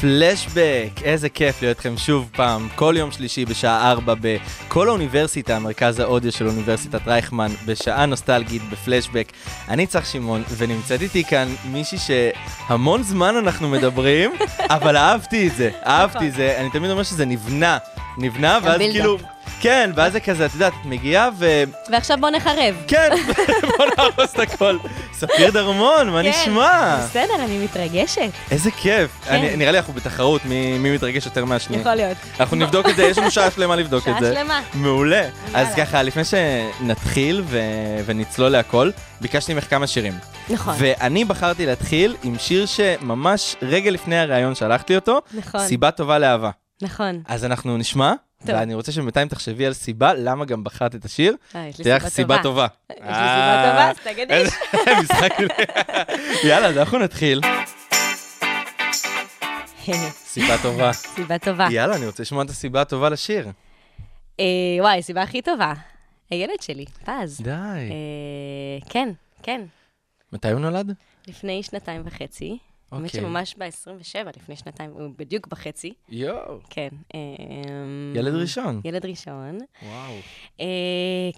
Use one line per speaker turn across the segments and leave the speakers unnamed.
פלשבק, איזה כיף להיות איתכם שוב פעם, כל יום שלישי בשעה 4 בכל האוניברסיטה, מרכז האודיו של אוניברסיטת רייכמן, בשעה נוסטלגית בפלשבק. אני צח שמעון, ונמצאת איתי כאן מישהי שהמון זמן אנחנו מדברים, אבל אהבתי את זה, אהבתי את
נכון.
זה. אני תמיד אומר שזה נבנה, נבנה, ואז
הבילד-אפ.
כאילו... כן, ואז זה כזה, את יודעת, את מגיעה ו...
ועכשיו בוא נחרב.
כן, בוא נהרוס את הכל. ספיר דרמון, מה
כן.
נשמע?
בסדר, אני מתרגשת.
איזה כיף.
כן.
אני- נראה לי אנחנו בתחרות, מי מי מתרגש יותר מהשנייה.
יכול להיות.
אנחנו נבדוק את זה, יש לנו שעה שלמה לבדוק את
שעה
זה.
שלמה.
מעולה. אז
יאללה.
ככה, לפני שנתחיל ו- ונצלול להכל, ביקשתי ממך כמה שירים.
נכון.
ואני בחרתי להתחיל עם שיר שממש רגע לפני הראיון שלחת לי אותו,
נכון.
סיבה טובה לאהבה.
נכון.
אז אנחנו נשמע,
טוב.
ואני רוצה שבינתיים תחשבי על סיבה, למה גם בחרת את השיר.
אה, יש לי
תהיה לך סיבה טובה. אה,
יש לי סיבה טובה, אז תגידי.
איזה משחק. יאללה, אז אנחנו נתחיל. סיבה טובה.
סיבה טובה.
יאללה, אני רוצה לשמוע את הסיבה הטובה לשיר.
אה, וואי, סיבה הכי טובה. הילד שלי, פז.
די.
אה, כן, כן.
מתי הוא נולד?
לפני שנתיים וחצי. האמת
אוקיי.
שממש ב-27, לפני שנתיים, הוא בדיוק בחצי.
יואו.
כן. אה,
ילד ראשון.
ילד ראשון.
וואו.
אה,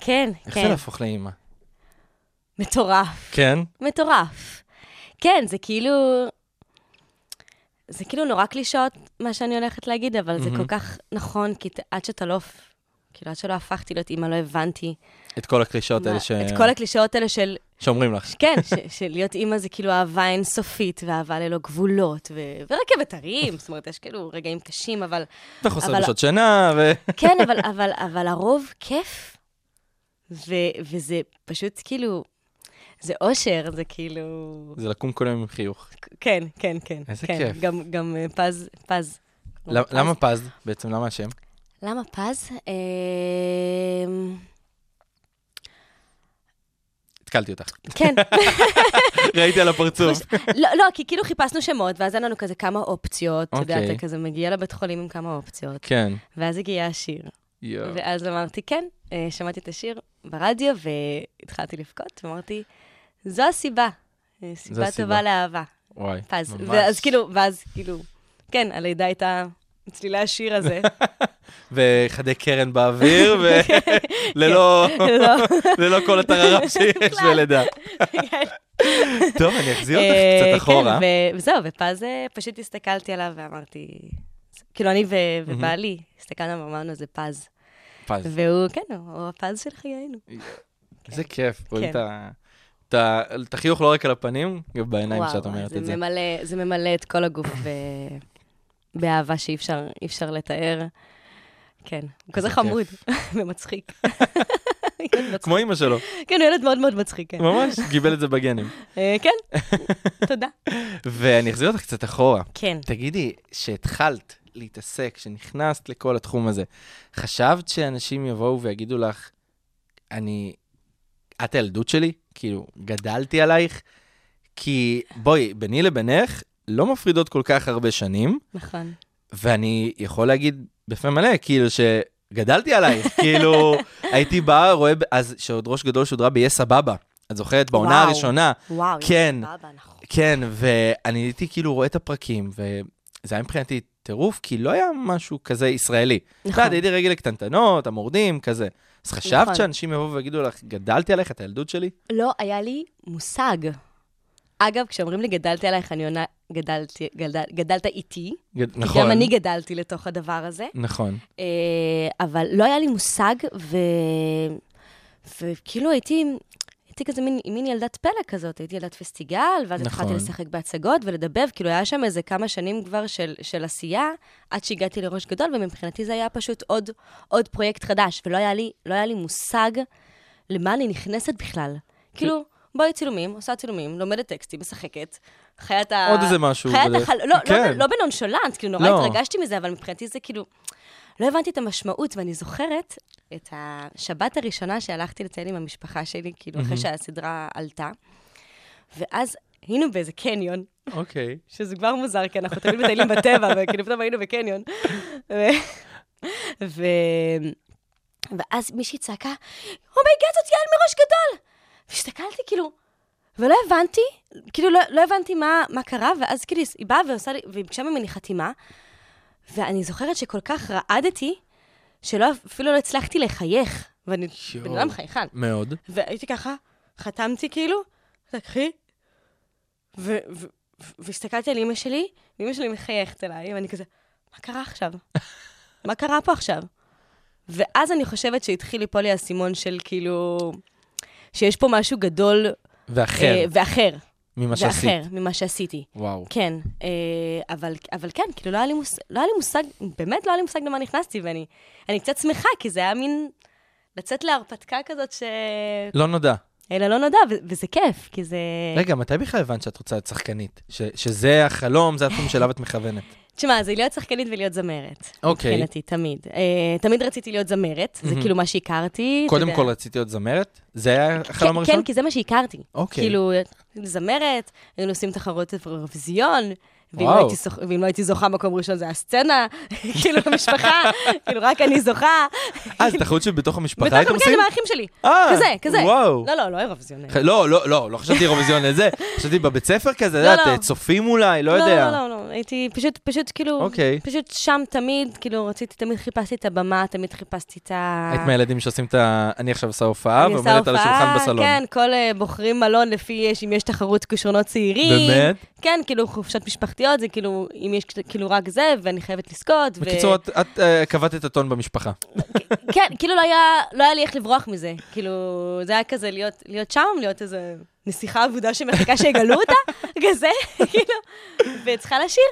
כן,
איך זה
כן.
להפוך לאימא?
מטורף.
כן.
מטורף. כן, זה כאילו... זה כאילו נורא קלישאות, מה שאני הולכת להגיד, אבל זה כל כך נכון, כי ת- עד שאתה לא... הפ- כאילו, עד שלא הפכתי להיות אימא, לא הבנתי.
את כל הקלישאות
מה-
האלה ש...
את כל הקלישאות האלה של...
שאומרים לך.
כן, ש- של להיות אימא זה כאילו אהבה אינסופית, ואהבה ללא גבולות, ו- ורכבת הרים, זאת אומרת, יש כאילו רגעים קשים, אבל...
וחוסר
אבל-
בשעות שינה, ו...
כן, אבל, אבל, אבל הרוב כיף, ו- וזה פשוט כאילו... זה אושר, זה כאילו...
זה לקום כל יום עם חיוך.
כן, כן, כן.
איזה
כן.
כיף.
גם, גם אה, פז, פז.
למ- למה פז? בעצם למה השם?
למה פז? אמ,
התקלתי אותך.
כן,
ראיתי על הפרצוף.
לא, לא, כי כאילו חיפשנו שמות, ואז היה לנו כזה כמה אופציות. אתה יודע,
אוקיי.
אתה כזה מגיע לבית חולים עם כמה אופציות.
כן.
ואז הגיע השיר.
יואו.
ואז אמרתי, כן, אה, שמעתי את השיר ברדיו, והתחלתי לבכות, ואמרתי, זו הסיבה. אה, סיבה
הסיבה.
טובה לאהבה,
וואי.
פז.
ממש.
ואז כאילו, ואז כאילו, כן, הלידה הייתה צלילי השיר הזה.
וחדי קרן באוויר, וללא
כן. לא.
ללא כל הטררם שיש
בכלל.
בלידה. טוב, אני אחזיר אותך
אה,
קצת אחורה.
כן, ו- וזהו, ופז אה, פשוט הסתכלתי עליו ואמרתי... כאילו, אני ו- ובעלי הסתכלנו ואמרנו, זה פז.
פז.
והוא, כן, הוא הוא הפז של חיינו.
איזה כיף, רואים
כן.
את ה- את ה- את החיוך לא רק על הפנים, גם בעיניים
וואו,
שאת אומרת את זה.
ממלא- זה ממלא את כל הגוף ב- באהבה שאי אפשר אי אפשר לתאר. כן, הוא כזה
כיף.
חמוד ומצחיק.
כמו אימא שלו,
כן, הוא ילד מאוד מאוד מצחיק, כן.
ממש, גיבל את זה בגנים.
אה, כן, תודה.
ואני אחזיר אותך קצת אחורה.
כן.
תגידי, שהתחלת להתעסק, שנכנסת לכל התחום הזה, חשבת שאנשים יבואו ויגידו לך, אני... את הילדות שלי? כאילו, גדלתי עלייך? כי בואי, ביני לבינך, לא מפרידות כל כך הרבה שנים,
נכון.
ואני יכול להגיד בפה מלא, כאילו, שגדלתי עלייך, כאילו, הייתי בא, רואה, ב- אז שעוד ראש גדול שודרה ב-yes סבבה. את זוכרת? בעונה
וואו.
הראשונה.
וואו, יש
כן.
סבבה, נכון.
כן, ואני הייתי כאילו רואה את הפרקים, וזה היה מבחינתי טירוף, כי לא היה משהו כזה ישראלי. את
נכון.
יודעת, הייתי רגל לקטנטנות, המורדים, כזה. אז חשבת
נכון.
שאנשים יבואו ויגידו לך, גדלתי עליך את הילדות שלי?
לא היה לי מושג. אגב, כשאומרים לי גדלתי עלייך, אני עונה, גדלתי, גדל, גדלת איתי.
גד-
נכון. כי
נכון.
גם אני גדלתי לתוך הדבר הזה.
נכון.
אה, אבל לא היה לי מושג, ו... וכאילו הייתי... הייתי כזה מין, מין ילדת פלא כזאת, הייתי ילדת פסטיגל,
נכון.
ואז התחלתי לשחק בהצגות ולדבב, כאילו היה שם איזה כמה שנים כבר של, של עשייה, עד שהגעתי לראש גדול, ומבחינתי זה היה פשוט עוד, עוד פרויקט חדש, ולא היה לי, לא היה לי מושג למה אני נכנסת בכלל. כאילו, בואי צילומים, עושה צילומים, לומדת טקסטים, משחקת. חיית ה...
עוד איזה משהו
חיית
כזה.
החל... לא,
כן.
לא, לא בנונשולנט, כאילו, נורא
לא.
התרגשתי מזה, אבל מבחינתי זה כאילו... לא הבנתי את המשמעות, ואני זוכרת את השבת הראשונה שהלכתי לטייל עם המשפחה שלי, כאילו, אחרי שהסדרה עלתה. ואז היינו באיזה קניון,
אוקיי.
שזה כבר מוזר, כי אנחנו תמיד מטיילים בטבע, וכאילו פתאום היינו בקניון. ו- ו... ואז מישהי צעקה, אומייגאד, זאת יעל מראש גדול! והסתכלתי כאילו, ולא הבנתי, כאילו לא, לא הבנתי מה, מה קרה, ואז כאילו היא באה ועושה לי, והיא ביקשה ממני חתימה, ואני זוכרת שכל כך רעדתי, שלא, אפילו לא הצלחתי לחייך, ואני
יואו.
בן אדם חייכן.
מאוד.
והייתי ככה, חתמתי כאילו, תקחי, ו- ו- ו- והסתכלתי על אימא שלי, ואימא שלי מחייכת אליי, ואני כזה, מה קרה עכשיו? מה קרה פה עכשיו? ואז אני חושבת שהתחיל ליפול לי האסימון של כאילו, שיש פה משהו גדול
ואחר,
אה, ואחר,
ממה שעשית.
ואחר ממה שעשיתי.
וואו.
כן, אה, אבל, אבל כן, כאילו לא היה, לי מושג, לא היה לי מושג, באמת לא היה לי מושג למה נכנסתי, ואני אני קצת שמחה, כי זה היה מין לצאת להרפתקה כזאת ש...
לא נודע.
אלא לא נודע, ו- וזה כיף, כי זה...
רגע, מתי בכלל הבנת שאת רוצה להיות שחקנית? ש- שזה החלום, זה התחום שאליו את מכוונת.
תשמע, זה להיות שחקנית ולהיות זמרת.
אוקיי.
מבחינתי, תמיד. אה, תמיד רציתי להיות זמרת, זה כאילו מה שהכרתי. אתה
קודם
יודע.
כל רצית להיות זמרת? זה היה החלום
כן,
הראשון?
כן, כי זה מה שהכרתי.
אוקיי.
כאילו, זמרת, היינו עושים תחרות אירוויזיון, ואם
וואו.
לא הייתי זוכ- ואם לא הייתי זוכה מקום ראשון זה הסצנה, כאילו במשפחה, כאילו רק אני זוכה.
אה, זו תחרות שבתוך המשפחה
בתוך
הייתם
המקרה
עושים?
עם האחים שלי.
אה,
כזה, כזה.
וואו.
לא, לא, לא אירוויזיון.
ח- לא, לא, לא, לא חשבתי אירוויזיון לזה. חשבתי בבית ספר כזה,
לא,
את
לא.
יודעת, צופים אולי, לא יודע.
לא, לא, לא, לא, הייתי פשוט, פשוט כאילו,
אוקיי.
פשוט שם תמיד, כאילו רציתי, תמיד חיפשתי את הבמה, תמיד חיפשתי את ה...
היית מהילדים שעושים את ה... אני עכשיו עושה הופעה
אני עושה
ועומדת על השולחן
הופעה,
בסלון.
כן, כל אה, בוחרים מלון לפי יש, אם יש תחרות כישרונות צעירים.
באמת?
כן, כאילו חופשות משפחתיות, זה כאילו, אם יש כאילו רק זה, ואני חייבת לזכות. ו-
בקיצור, את- את אה, קבעת את הטון במשפחה.
כן, כאילו לא היה, לא היה לי איך לברוח מזה. כאילו, זה היה כזה להיות, להיות שם, להיות איזה נסיכה אבודה שמחכה שיגלו אותה, כזה, כאילו, וצריכה לשיר.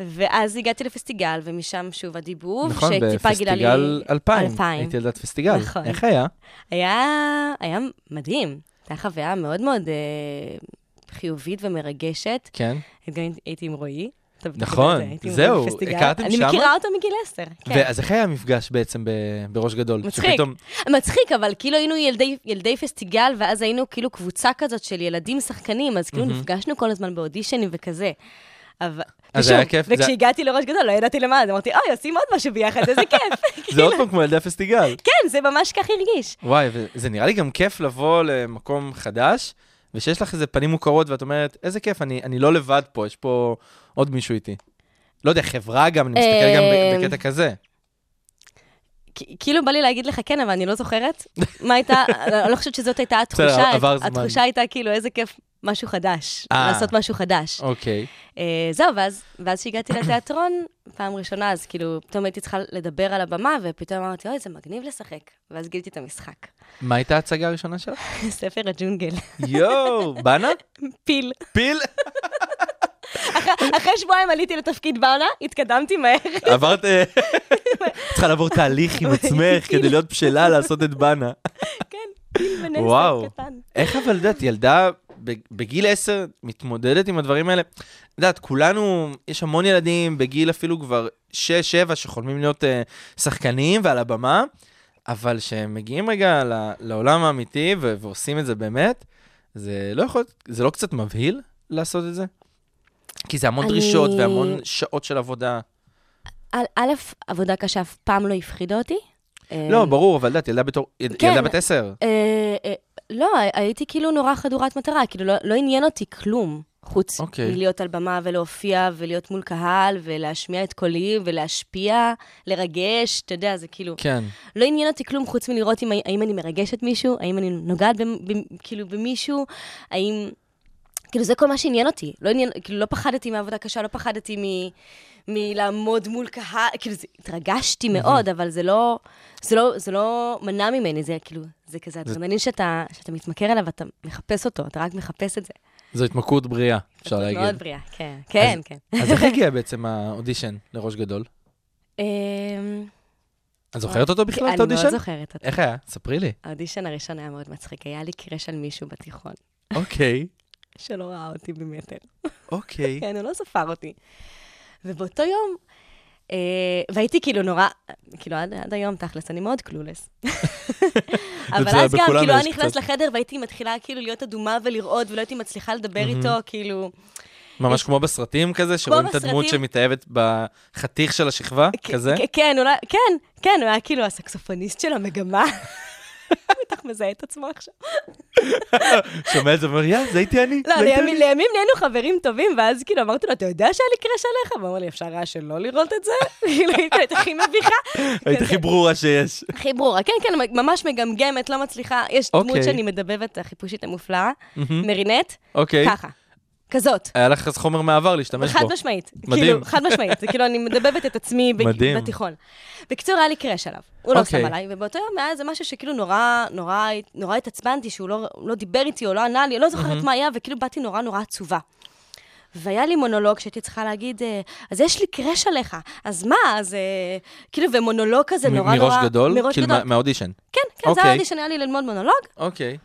ואז הגעתי לפסטיגל, ומשם שוב הדיבוב,
נכון,
שטיפה גילה לי...
בפסטיגל 2000.
אלפיים.
הייתי ילדת פסטיגל.
נכון.
איך היה?
היה, היה מדהים. הייתה חוויה מאוד מאוד אה, חיובית ומרגשת.
כן.
גם הייתי עם רועי. אתה בטח
נכון,
יודע את זה, הייתי עם
זהו,
רועי בפסטיגל.
הכרתם שמה?
אני מכירה אותו מגיל עשר, כן.
ואז איך היה המפגש בעצם ב- בראש גדול?
מצחיק.
שפתאום-
מצחיק, אבל כאילו היינו ילדי, ילדי פסטיגל, ואז היינו כאילו קבוצה כזאת של ילדים שחקנים, אז כאילו mm-hmm. נפגשנו כל הזמן באודישנים וכזה. אבל...
אז
ושוב,
היה כיף, זה-
וכשהגעתי לראש גדול, לא ידעתי למה, אז אמרתי, אוי, עושים עוד משהו ביחד, איזה כיף.
זה עוד פעם כמו ילדי הפסטיגל.
כן, זה ממש כך הרגיש.
וואי, וזה נראה לי גם כיף לבוא למקום חדש, ושיש לך איזה פנים מוכרות, ואת אומרת, איזה כיף, אני, אני לא לבד פה, יש פה עוד מישהו איתי. לא יודע, חברה גם, אני מסתכל גם ב-
אה,
בקטע כזה.
כ- כאילו בא לי להגיד לך כן, אבל אני לא זוכרת מה הייתה, אני לא חושבת שזאת הייתה
בסדר,
התחושה.
עבר זמן.
התחושה הייתה כאילו, איזה כיף, משהו חדש,
אה.
לעשות משהו חדש.
אוקיי.
אה, זהו, ואז, ואז שהגעתי לתיאטרון, פעם ראשונה, אז כאילו, פתאום הייתי צריכה לדבר על הבמה, ופתאום אמרתי, אוי, זה מגניב לשחק. ואז גיליתי את המשחק.
מה הייתה ההצגה הראשונה שלך?
ספר הג'ונגל,
יואו, בנה?
פיל.
פיל?
אחרי שבועיים עליתי לתפקיד בנה, התקדמתי מהר.
עברת... אה, צריכה לעבור תהליך עם עצמך כדי להיות בשלה לעשות את בנה.
כן, פיל בנסק
וואו.
קטן.
איך אבל, את יודעת, ילדה בג- בגיל 10 מתמודדת עם הדברים האלה? את יודעת, כולנו, יש המון ילדים בגיל אפילו כבר 6-7 שחולמים להיות uh, שחקנים ועל הבמה, אבל כשהם מגיעים רגע ל- לעולם האמיתי ו- ועושים את זה באמת, זה לא יכול, זה לא קצת מבהיל לעשות את זה? כי זה המון
אני-
דרישות והמון שעות של עבודה.
א'- א', עבודה קשה אף פעם לא הפחידה אותי.
לא,
אה,
ברור, אבל את יודעת, ילדה בתור, יל-
כן.
ילדה בת 10.
אה, אה, לא, הייתי כאילו נורא חדורת מטרה, כאילו לא, לא עניין אותי כלום, חוץ
אוקיי.
okay. מלהיות על במה ולהופיע ולהיות מול קהל ולהשמיע את קולי ולהשפיע, לרגש, אתה יודע, זה כאילו...
כן.
לא עניין אותי כלום חוץ מלראות אם, האם אני מרגשת מישהו, האם אני נוגעת במ, במ, כאילו במישהו, האם... כאילו, זה כל מה שעניין אותי. לא עניין, כאילו, לא פחדתי מעבודה קשה, לא פחדתי מ, מלעמוד מול קהל, כאילו, זה, התרגשתי מאוד, אבל זה לא, זה לא, זה לא מנע ממני, זה כאילו, זה כזה אדרנלין שאתה, שאתה מתמכר אליו, אתה מחפש אותו, אתה רק מחפש את זה.
זו התמכרות בריאה, אפשר להגיד.
מאוד בריאה, כן, כן, כן.
אז איך הגיע בעצם האודישן לראש גדול?
אמ,
את זוכרת אותו בכלל, את האודישן?
אני מאוד זוכרת אותו.
איך היה? ספרי לי.
האודישן הראשון היה מאוד מצחיק, היה לי קרש על מישהו בתיכון,
אוקיי,
שלא ראה אותי במטר.
אוקיי.
כן, הוא לא ספר אותי. ובאותו יום, אה, והייתי כאילו נורא, כאילו עד, עד היום, תכלס, אני מאוד קלולס. אבל
בסדר,
אז גם,
בכולנו
כאילו,
יש
היה נכנס
קצת.
לחדר והייתי מתחילה כאילו להיות אדומה ולרעוד, ולא הייתי מצליחה לדבר איתו, כאילו...
ממש כמו בסרטים כזה, שרואים את הדמות
בסרטים.
שמתאהבת בחתיך של השכבה,
כ-
כזה?
כ- כן, אולי, כן, כן, הוא היה כאילו הסקסופוניסט של המגמה. הוא בטח מזהה את עצמו עכשיו.
שומע את זה ואומר, יא, זה הייתי אני.
לא,
זה הייתי
לימים,
אני."
לימים נהיינו חברים טובים, ואז כאילו אמרתי לו, אתה יודע שהיה לי קרש עליך? והוא אמר לי, אפשר היה שלא לראות את זה? כאילו, הייתי הייתי הכי מביכה.
היית הכי ברורה שיש.
הכי ברורה. כן, כן, ממש מגמגמת, לא מצליחה. יש
אוקיי.
דמות שאני מדבבת, החיפושית המופלאה, מרינט,
אוקיי.
ככה. כזאת.
היה לך אז חומר מעבר להשתמש
חד
בו.
משמעית.
מדהים.
כאילו, חד משמעית. זה כאילו, אני מדבבת את עצמי ב-
מדהים.
בתיכון. בקיצור, היה לי קרש עליו. הוא לא
אוקיי.
שם עליי, ובאותו יום היה איזה משהו שכאילו נורא, נורא, נורא התעצבנתי, שהוא לא, לא דיבר איתי או לא ענה לי, אני לא זוכרת מה היה, וכאילו באתי נורא נורא עצובה. והיה לי מונולוג שהייתי צריכה להגיד, אה, אז יש לי קרש עליך, אז מה, אז אה, כאילו, ומונולוג כזה
מ-
נורא נורא...
מראש גדול?
מראש
כאילו,
גדול.
מה- מהאודישן.
כן, כן, זה
אוקיי.
היה האודישן, היה לי ללמוד מונולוג,
אוקיי.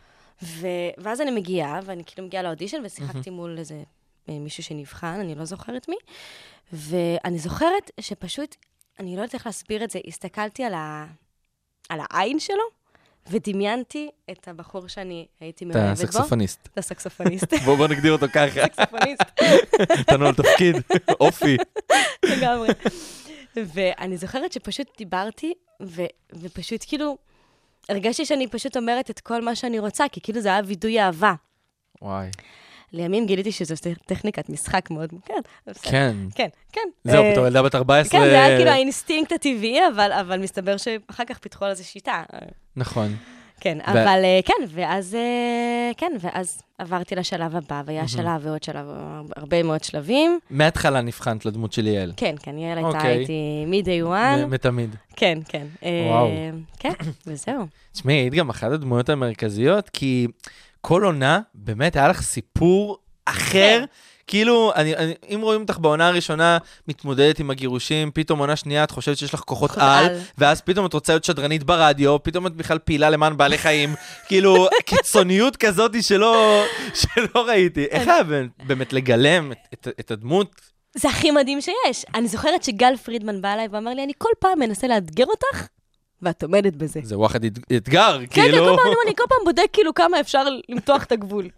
ו... ואז אני מגיעה, ואני כאילו מגיעה לאודישן, ושיחקתי מול איזה אה, מישהו שנבחן, אני לא זוכרת מי, ואני זוכרת שפשוט, אני לא יודעת איך להסביר את זה, הסתכלתי על, ה... על העין שלו, ודמיינתי את הבחור שאני הייתי
אתה
מאוהבת בו.
סקסופוניסט.
את הסקסופוניסט.
בוא בוא נגדיר אותו ככה,
סקסופוניסט,
נתנו לו תפקיד, אופי.
לגמרי. ואני זוכרת שפשוט דיברתי, ו... ופשוט כאילו, הרגשתי שאני פשוט אומרת את כל מה שאני רוצה, כי כאילו זה היה וידוי אהבה.
וואי.
לימים גיליתי שזו טכ- טכניקת משחק מאוד מוכרת. אבל בסדר.
כן.
כן, כן.
זהו,
אה,
פתאום אה, ילדה בת 14.
כן, זה היה כאילו האינסטינקט הטבעי, אבל, אבל מסתבר שאחר כך פיתחו על זה שיטה. אה,
נכון.
כן, אבל אה, כן, ואז, אה, כן, ואז עברתי לשלב הבא, והיה שלב ועוד שלב, הרבה מאוד שלבים.
מההתחלה נבחנת לדמות של יעל.
כן, כן, יעל הייתה
אוקיי.
איתי מ-day
מ-
one.
מתמיד.
כן, כן. אה,
וואו.
כן, וזהו.
תשמעי, היית גם אחת הדמויות המרכזיות, כי כל עונה, באמת היה לך סיפור אחר.
כן.
כאילו, אני, אני, אם רואים אותך בעונה הראשונה מתמודדת עם הגירושים, פתאום עונה שנייה את חושבת שיש לך כוחות
כוחות
על,
על.
ואז פתאום את רוצה להיות שדרנית ברדיו, פתאום את בכלל פעילה למען בעלי חיים. כאילו, קיצוניות כזאת שלא, שלא ראיתי.
כן.
איך היה באמת- באמת לגלם את, את, את הדמות?
זה הכי מדהים שיש. אני זוכרת שגל פרידמן בא אליי ואמר לי, אני כל פעם מנסה לאתגר אותך, ואת עומדת בזה.
זה וואחד אתג- אתגר,
כן, כן,
כאילו.
כל פעם אני- אני כל פעם בודק כאילו כמה אפשר למתוח את הגבול.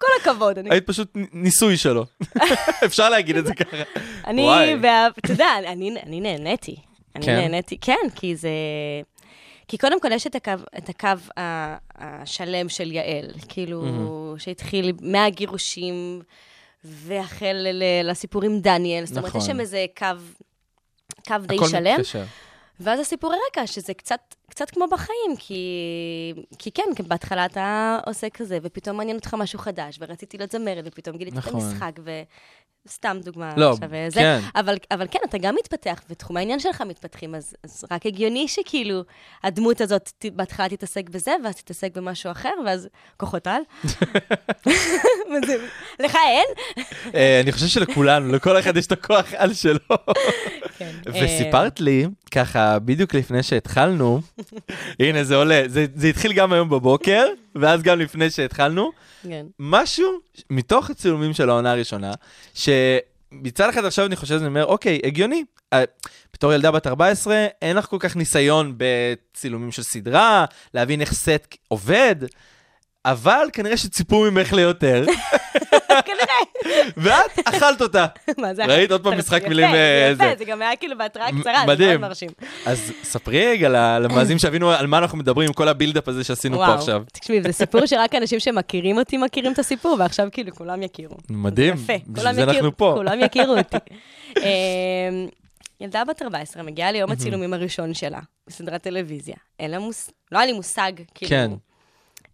כל הכבוד, אני-
היית פשוט נ- ניסוי שלו. אפשר להגיד את זה ככה.
אני,
וואי.
וה- אתה יודע, אני אני נהניתי. אני
כן?
נהניתי, כן, כי זה... כי קודם כל יש את הקו, את הקו ה- השלם של יעל, כאילו, שהתחיל מהגירושים, והחל ל- לסיפור עם דניאל, זאת אומרת,
נכון.
יש שם איזה קו, קו די
הכל
שלם.
מתקשר.
ואז הסיפור הרקע, שזה קצת, קצת כמו בחיים, כי, כי כן, כי בהתחלה אתה עושה כזה, ופתאום מעניין אותך משהו חדש, ורציתי להיות זמרת, ופתאום גיליתי
נכון.
את המשחק, וסתם דוגמה
לא,
עכשיו, אה, זה.
כן.
אבל, אבל כן, אתה גם מתפתח, ותחום העניין שלך מתפתחים, אז, אז רק הגיוני שכאילו, הדמות הזאת ת- בהתחלה תתעסק בזה, ואז תתעסק במשהו אחר, ואז כוחות על. וזה- לך אין?
אה, אני חושב שלכולנו, לכל אחד יש את הכוח על שלו.
כן.
וסיפרת לי, ככה, בדיוק לפני שהתחלנו, הנה זה עולה, זה זה התחיל גם היום בבוקר, ואז גם לפני שהתחלנו,
כן.
משהו מתוך הצילומים של העונה הראשונה, שמצד אחד עכשיו אני חושב, אני אומר, אוקיי, הגיוני. אה, בתור ילדה בת 14, אין לך כל כך ניסיון בצילומים של סדרה, להבין איך סט עובד, אבל כנראה שציפו ממך ליותר,
כנראה.
ואת אכלת אותה.
מה זה?
ראית? עוד פעם
זה
משחק
יפה,
מילים,
זה
אה, זה.
יפה, זה גם היה כאילו בהתראה
מ-
קצרה, זה
מדהים.
מאוד מרשים.
אז ספרי רגע ל- למאזינים שיבינו על מה אנחנו מדברים, עם כל הבילדאפ הזה שעשינו פה עכשיו.
תקשיב, זה סיפור שרק אנשים שמכירים אותי מכירים את הסיפור, ועכשיו כאילו כולם יכירו.
מדהים,
יפה,
בשביל
כולם
זה אנחנו פה.
יכירו, כולם יכירו אותי. אמ, ילדה בת 14 מגיעה ליום הצילומים הראשון שלה, בסדרת טלוויזיה. אין לה מושג, לא היה לי מושג,
כן.
כאילו,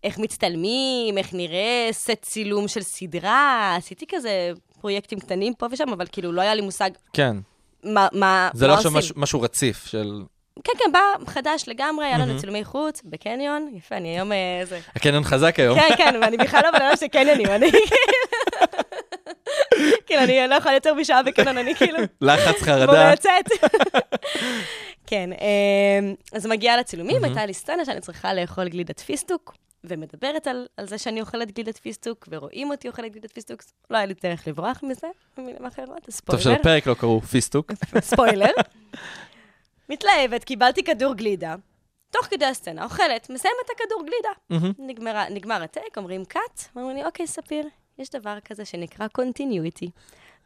איך מצטלמים, איך נראה סט צילום של סדרה, עשיתי כזה פרויקטים קטנים פה ושם, אבל כאילו לא היה לי מושג
כן,
מה מה-
זה
מה
לא עכשיו
עושים.
משהו- משהו רציף של...
כן, כן, בא חדש לגמרי, היה לנו צילומי חוץ בקניון, יפה, אני היום אה, זה...
הקניון חזק היום.
כן, כן, ואני בכלל לא בן אדם של קניונים, אני כאילו... כאילו, אני לא יכולה יותר משעה בקניון, אני כאילו...
לחץ,
כמו
חרדה.
יוצאת. כן, אה, אז מגיעה לצילומים,
מהמם.
הייתה לי סצנה שאני צריכה לאכול גלידת פיסטוק, ומדברת על, על זה שאני אוכלת גלידת פיסטוק, ורואים אותי אוכלת גלידת פיסטוק, לא היה לי דרך לברוח מזה, במילים אחרות,
טוב
ספוילר.
שלפרק לא קראו פיסטוק.
ספוילר. מתלהבת, קיבלתי כדור גלידה, תוך כדי הסצנה, אוכלת, מסיימת את הכדור גלידה.
מהמם.
נגמרה, נגמר הטייק, אומרים קאט, אומרים לי, אוקיי, ספיר, יש דבר כזה שנקרא continuity.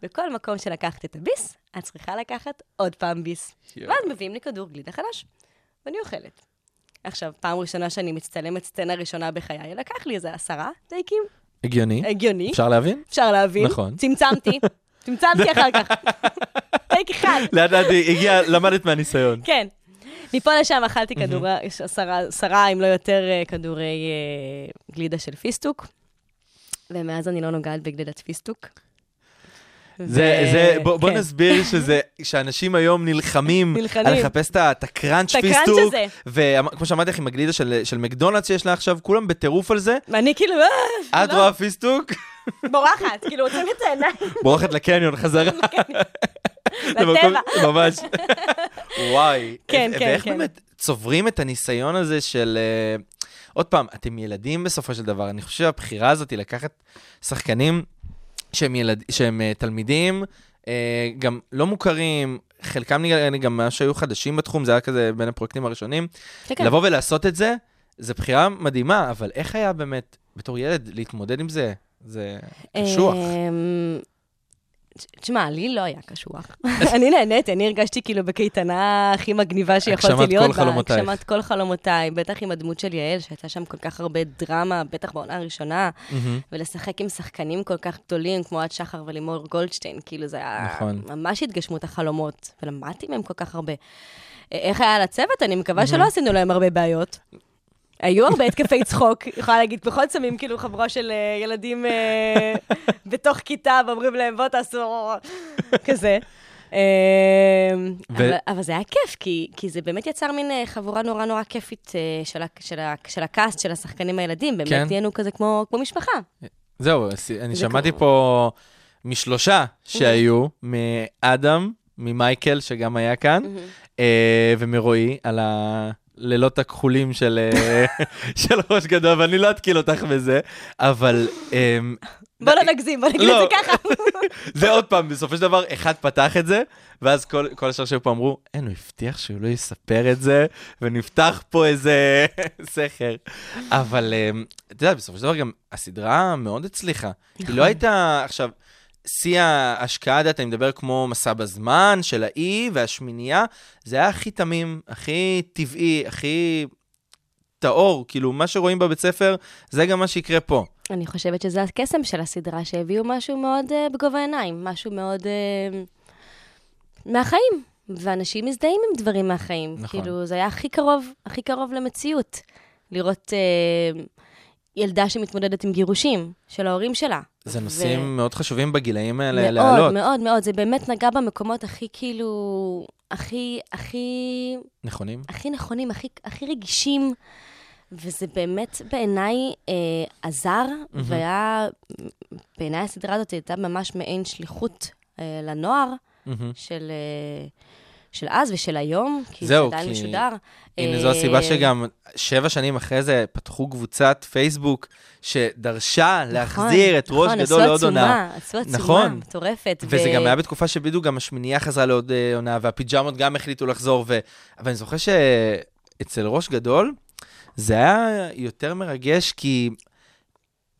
בכל מקום שלקחת את הביס, את צריכה לקחת עוד פעם ביס.
יואו.
ואז מביאים לי כדור גלידה חדש, ואני אוכלת. עכשיו, פעם ראשונה שאני מצטלמת סצנה ראשונה בחיי, לקח לי איזה עשרה טייקים,
הגיוני.
הגיוני,
אפשר להבין?
אפשר להבין.
נכון.
צמצמתי, צמצמתי אחר כך. טייק אחד.
לאט לאט הגיע, למדת מהניסיון.
כן. מפה לשם אכלתי כדור, עשרה, עשרה, אם לא יותר, אה, כדורי אה, גלידה של פיסטוק, ומאז אני לא נוגעת בגלידת פיסטוק.
זה,
ו-
זה, בוא, בוא
כן.
נסביר שזה, שאנשים היום נלחמים,
נלחמים.
על לחפש את ה- את הקראנץ'
את הקראנץ'
פיסטוק,
הזה.
וכמו שאמרתי לך עם הגלידה של, של מקדונלדס שיש לה עכשיו, כולם בטירוף על זה,
ואני כאילו, אה,
את רואה פיסטוק,
בורחת, כאילו, עוצמת את העיניים
בורחת לקניון חזרה.
לטבע.
למקום- ממש. וואי.
כן,
ו-
כן,
ואיך
כן.
באמת צוברים את הניסיון הזה של... אה, עוד פעם, אתם ילדים בסופו של דבר. אני חושב שהבחירה הזאת היא לקחת שחקנים שהם, ילד... שהם אה, תלמידים, אה, גם לא מוכרים, חלקם נראה לי גם ממש היו חדשים בתחום, זה היה כזה בין הפרויקטים הראשונים.
כן, כן.
לבוא ולעשות את זה, זה בחירה מדהימה, אבל איך היה באמת, בתור ילד, להתמודד עם זה? זה קשוח.
אמ, ת- תשמע, לי לא היה קשוח. אני נהניתי, אני הרגשתי כאילו בקייטנה הכי מגניבה שיכולתי
הגשמת כל
להיות בה.
חלומותייך.
הגשמת כל חלומותיי. בטח עם הדמות של יעל, שהייתה שם כל כך הרבה דרמה, בטח בעונה הראשונה.
מהמם.
ולשחק עם שחקנים כל כך גדולים, כמו עד שחר ולימור גולדשטיין, כאילו זה היה
נכון.
ממש התגשמות החלומות, ולמדתי מהם כל כך הרבה. אה, איך היה לצוות? אני מקווה שלא עשינו להם הרבה בעיות. היו הרבה התקפי צחוק, יכולה להגיד, בכל שמים כאילו חבורה של אה, ילדים אה, בתוך כיתה, ואומרים להם, בוא תעשו... כזה. אה, אבל, אבל זה היה כיף, כי, כי זה באמת יצר מין אה, חבורה נורא נורא כיפית אה, של, ה- של, ה- של הקאסט, של השחקנים הילדים, באמת
כן.
נהיינו כזה כמו, כמו משפחה.
זהו, אז אני
זה
שמעתי
כמו-
פה משלושה שהיו, מאדם, ממייקל, שגם היה כאן, אה, ומרועי, על הלילות הכחולים של אה, של ראש גדול, ואני לא אתקיל אותך בזה, אבל אמ,
בוא לא נגזים, בוא נגיד
לא.
את זה ככה.
זה עוד פעם, בסופו של דבר, אחד פתח את זה, ואז כל כל השאר שהיו פה אמרו, אין, הוא הבטיח שהוא לא יספר את זה, ונפתח פה איזה סכר. אבל אמ, אתה יודע, בסופו של דבר גם הסדרה מאוד הצליחה. היא לא
נכון.
הייתה, עכשיו, שיא ההשקעה, דעת, אני מדבר כמו מסע בזמן של האי והשמינייה, זה היה הכי תמים, הכי טבעי, הכי טהור, כאילו, מה שרואים בבית ספר, זה גם מה שיקרה פה.
אני חושבת שזה הקסם של הסדרה, שהביאו משהו מאוד אה, בגובה העיניים, משהו מאוד אה, מהחיים. ואנשים מזדהים עם דברים מהחיים.
נכון.
כאילו, זה היה הכי קרוב, הכי קרוב למציאות. לראות אה, ילדה שמתמודדת עם גירושים של ההורים שלה.
זה
ו-
נושאים מאוד חשובים בגילאים האלה
מאוד,
להעלות.
מאוד, מאוד. זה באמת נגע במקומות הכי, כאילו, הכי, הכי
נכונים?
הכי נכונים, הכי, הכי רגישים, וזה באמת בעיניי אה, עזר, mm-hmm. והיה, בעיניי הסדרה הזאת הייתה ממש מעין שליחות אה, לנוער
מהמם.
של, אה, של אז ושל היום, כי
זהו,
זה עדיין
כי-
משודר.
הנה, זו הסיבה
אה,
שגם שבע שנים אחרי זה פתחו קבוצת פייסבוק שדרשה להחזיר את ראש
נכון,
גדול לעוד עונה.
עשו עצומה, עשו עצומה
נכון.
מטורפת.
וזה
ו-
גם היה בתקופה שבדיוק גם השמינייה חזרה לעוד אה, עונה, והפיג'מות גם החליטו לחזור, ו... אבל אני זוכר שאצל ראש גדול, זה היה יותר מרגש, כי...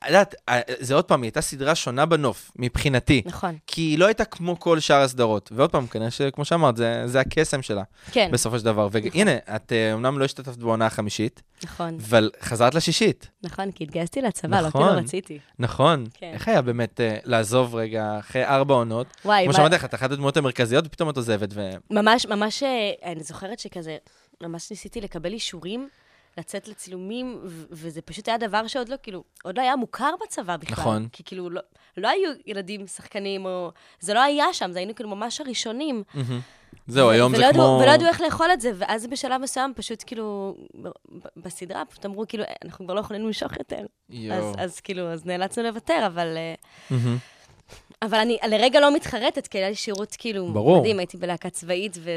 את יודעת, אה, זה עוד פעם, היא הייתה סדרה שונה בנוף, מבחינתי.
נכון,
כי היא לא הייתה כמו כל שאר הסדרות. ועוד פעם, כנראה שכמו שאמרת, זה, זה הקסם שלה,
כן,
בסופו של דבר. והנה, את אה, אומנם לא השתתפת בעונה החמישית,
נכון,
אבל חזרת לשישית,
נכון, כי התגייסתי לצבא, לא
נכון.
כאילו רציתי.
נכון?
כן.
איך היה באמת אה, לעזוב רגע אחרי ארבע עונות?
וואי,
כמו
מה-
שאמרתי לך, את אחת הדמויות המרכזיות, ופתאום את עוזבת, ו...
ממש, ממש, אה, אני זוכרת שכזה, ממש ניסיתי לקבל אישורים, לצאת לצילומים, ו- וזה פשוט היה דבר שעוד לא, כאילו, עוד לא היה מוכר בצבא בכלל.
נכון.
כי כאילו, לא, לא היו ילדים שחקנים, או... זה לא היה שם, זה היינו כאילו ממש הראשונים.
זהו, היום זה
ולא ידעו-
כמו...
ולא ידעו איך לאכול את זה, ואז בשלב מסוים פשוט כאילו, ב- ב- בסדרה פשוט אמרו, כאילו, "אה, אנחנו כבר לא יכולים למשוך יותר. אז,
יואו.
אז כאילו, אז נאלצנו לוותר, אבל... אה,
מהמם.
אבל אני לרגע לא מתחרטת, כי היה לי שירות כאילו
ברור.
מדהים, הייתי בלהקה צבאית, ו...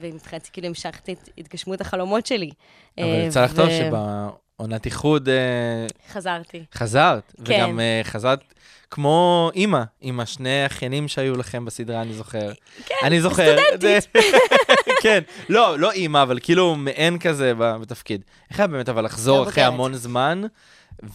ומבחינתי כאילו המשכתי את התגשמות החלומות שלי.
אבל
אה,
יצא לך טוב
ו-
שבעונת איחוד אה,
חזרתי.
חזרת,
כן.
וגם אה, חזרת כמו אימא, עם השני אחיינים שהיו לכם בסדרה, אני זוכר. כן, אני זוכר. סטודנטית. כן, לא, לא אימא, אבל כאילו מעין כזה ב- בתפקיד. איך היה באמת, אבל לחזור
לא
אחרי
בוגרת.
המון זמן,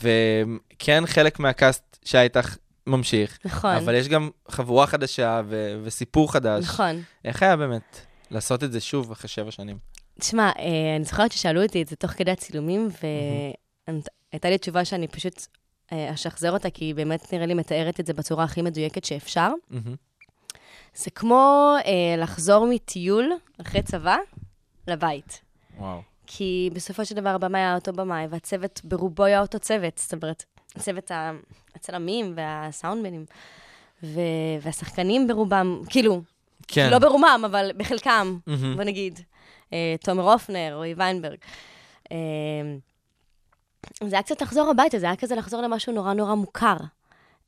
וכן, חלק מהקאסט שהיה איתך ממשיך,
נכון.
אבל יש גם חבורה חדשה ו- וסיפור חדש.
נכון.
איך היה באמת לעשות את זה שוב אחרי שבע שנים?
תשמע, אה, אני זוכרת ששאלו אותי את זה תוך כדי הצילומים, והייתה לי תשובה שאני פשוט אה, אשחזר אותה, כי היא באמת נראה לי מתארת את זה בצורה הכי מדויקת שאפשר.
מהמם.
זה כמו אה, לחזור מטיול אחרי צבא לבית.
וואו.
כי בסופו של דבר הבמאי היה אותו במאי, והצוות ברובו היה אותו צוות, זאת אומרת, צוות ה- הצלמים והסאונדמנים, ו... והשחקנים ברובם, כאילו,
כן.
לא ברומם, אבל בחלקם,
מהמם.
בוא נגיד, אה, תומר הופנר, רועי ויינברג. אה, זה היה קצת לחזור הביתה, זה היה כזה לחזור למשהו נורא נורא מוכר.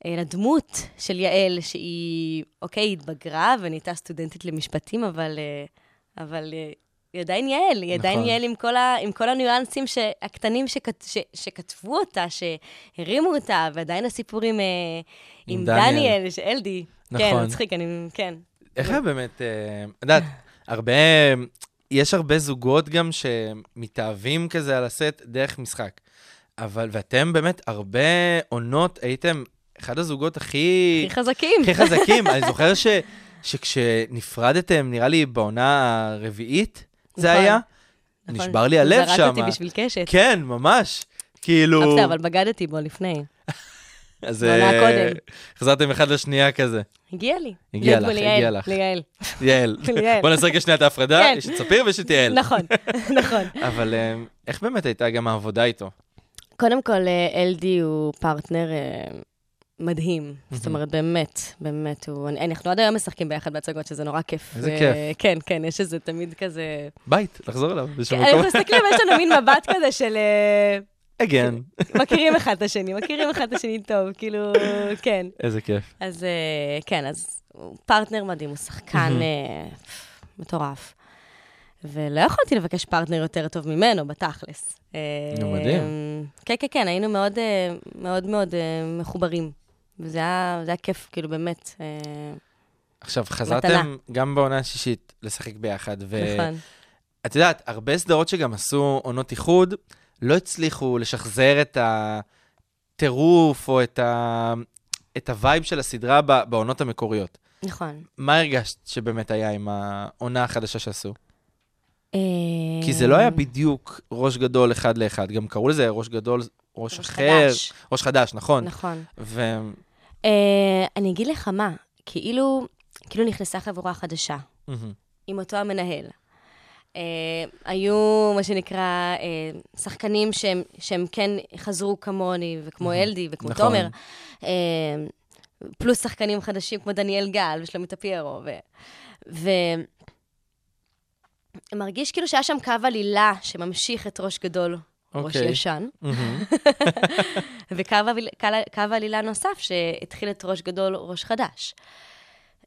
אה, לדמות של יעל, שהיא, אוקיי, היא התבגרה ונהייתה סטודנטית למשפטים, אבל, אה, אבל אה, היא עדיין יעל, היא עדיין
נכון.
יעל עם כל, ה, עם כל הניואנסים ש, הקטנים שכת, ש, שכתבו אותה, שהרימו אותה, ועדיין הסיפור עם, אה,
עם
עם,
דניאל.
דניאל, דניאל, שאלדי.
נכון.
כן, מצחיק, אני, כן.
איך היה באמת, אה, את יודעת, הרבה, יש הרבה זוגות גם שמתאהבים כזה על הסט דרך משחק. אבל, ואתם באמת הרבה עונות הייתם אחד הזוגות הכי...
הכי חזקים.
הכי חזקים. אני זוכר ש, שכשנפרדתם, נראה לי בעונה הרביעית, זה
נכון,
היה,
נכון.
נשבר לי הלב שם.
זרקת אותי בשביל קשת.
כן, ממש. כאילו...
אהבת, אבל בגדתי בו לפני.
אז
בעונה
אה,
הקודם.
חזרתם אחד לשנייה כזה.
הגיע לי.
הגיע
לי-
לך,
ליעל,
הגיע לך.
ליעל.
יעל.
ליעל.
בוא נעשה רגע שנייה את ההפרדה,
כן.
יש את ספיר ויש את יעל.
נכון, נכון.
אבל אמ, איך באמת הייתה גם העבודה איתו?
קודם כל, אה, אלדי הוא פרטנר אה, מדהים. זאת אומרת, באמת, באמת, הוא... אני- אנחנו עד היום משחקים ביחד בהצגות, שזה נורא כיף.
איזה
אה,
כיף.
כן, כן, יש איזה תמיד כזה...
בית, לחזור אליו
כן,
באיזשהו
אנחנו
מקום.
מסתכלים, יש לנו מין מבט כזה של... אה,
אגן,
מכירים אחד את השני, מכירים אחד את השני טוב, כאילו, כן.
איזה כיף.
אז אה, כן, אז הוא פרטנר מדהים, הוא שחקן אה, מטורף. ולא יכולתי לבקש פרטנר יותר טוב ממנו, בתכלס. אה,
נו, מדהים.
כן, כן, כן, היינו מאוד אה, מאוד מאוד אה, מחוברים. וזה היה, זה היה כיף, כאילו, באמת. אה,
עכשיו, חזרתם גם בעונה השישית לשחק ביחד,
נכון.
ואת יודעת, הרבה סדרות שגם עשו עונות איחוד, לא הצליחו לשחזר את הטירוף או את ה- את הווייב של הסדרה ב- בעונות המקוריות.
נכון.
מה הרגשת שבאמת היה עם העונה החדשה שעשו?
אה,
כי זה לא
אמ.
היה בדיוק ראש גדול אחד לאחד, גם קראו לזה ראש גדול, ראש
ראש
אחר.
חדש.
ראש חדש, נכון.
נכון.
ו-
אה, אני אגיד לך מה, כאילו, כאילו נכנסה חבורה חדשה. עם אותו המנהל. Uh, היו, מה שנקרא, uh, שחקנים שהם, שהם כן חזרו כמוני, וכמו אלדי, וכמו
נכון.
נכון. תומר, uh, פלוס שחקנים חדשים כמו דניאל גל ושלומי טפיירו, ו... ו... מרגיש כאילו שהיה שם קו עלילה שממשיך את ראש גדול, okay. ראש
אוקיי.
ישן, וקו עליל- קל- קו עלילה נוסף שהתחיל את ראש גדול, ראש חדש.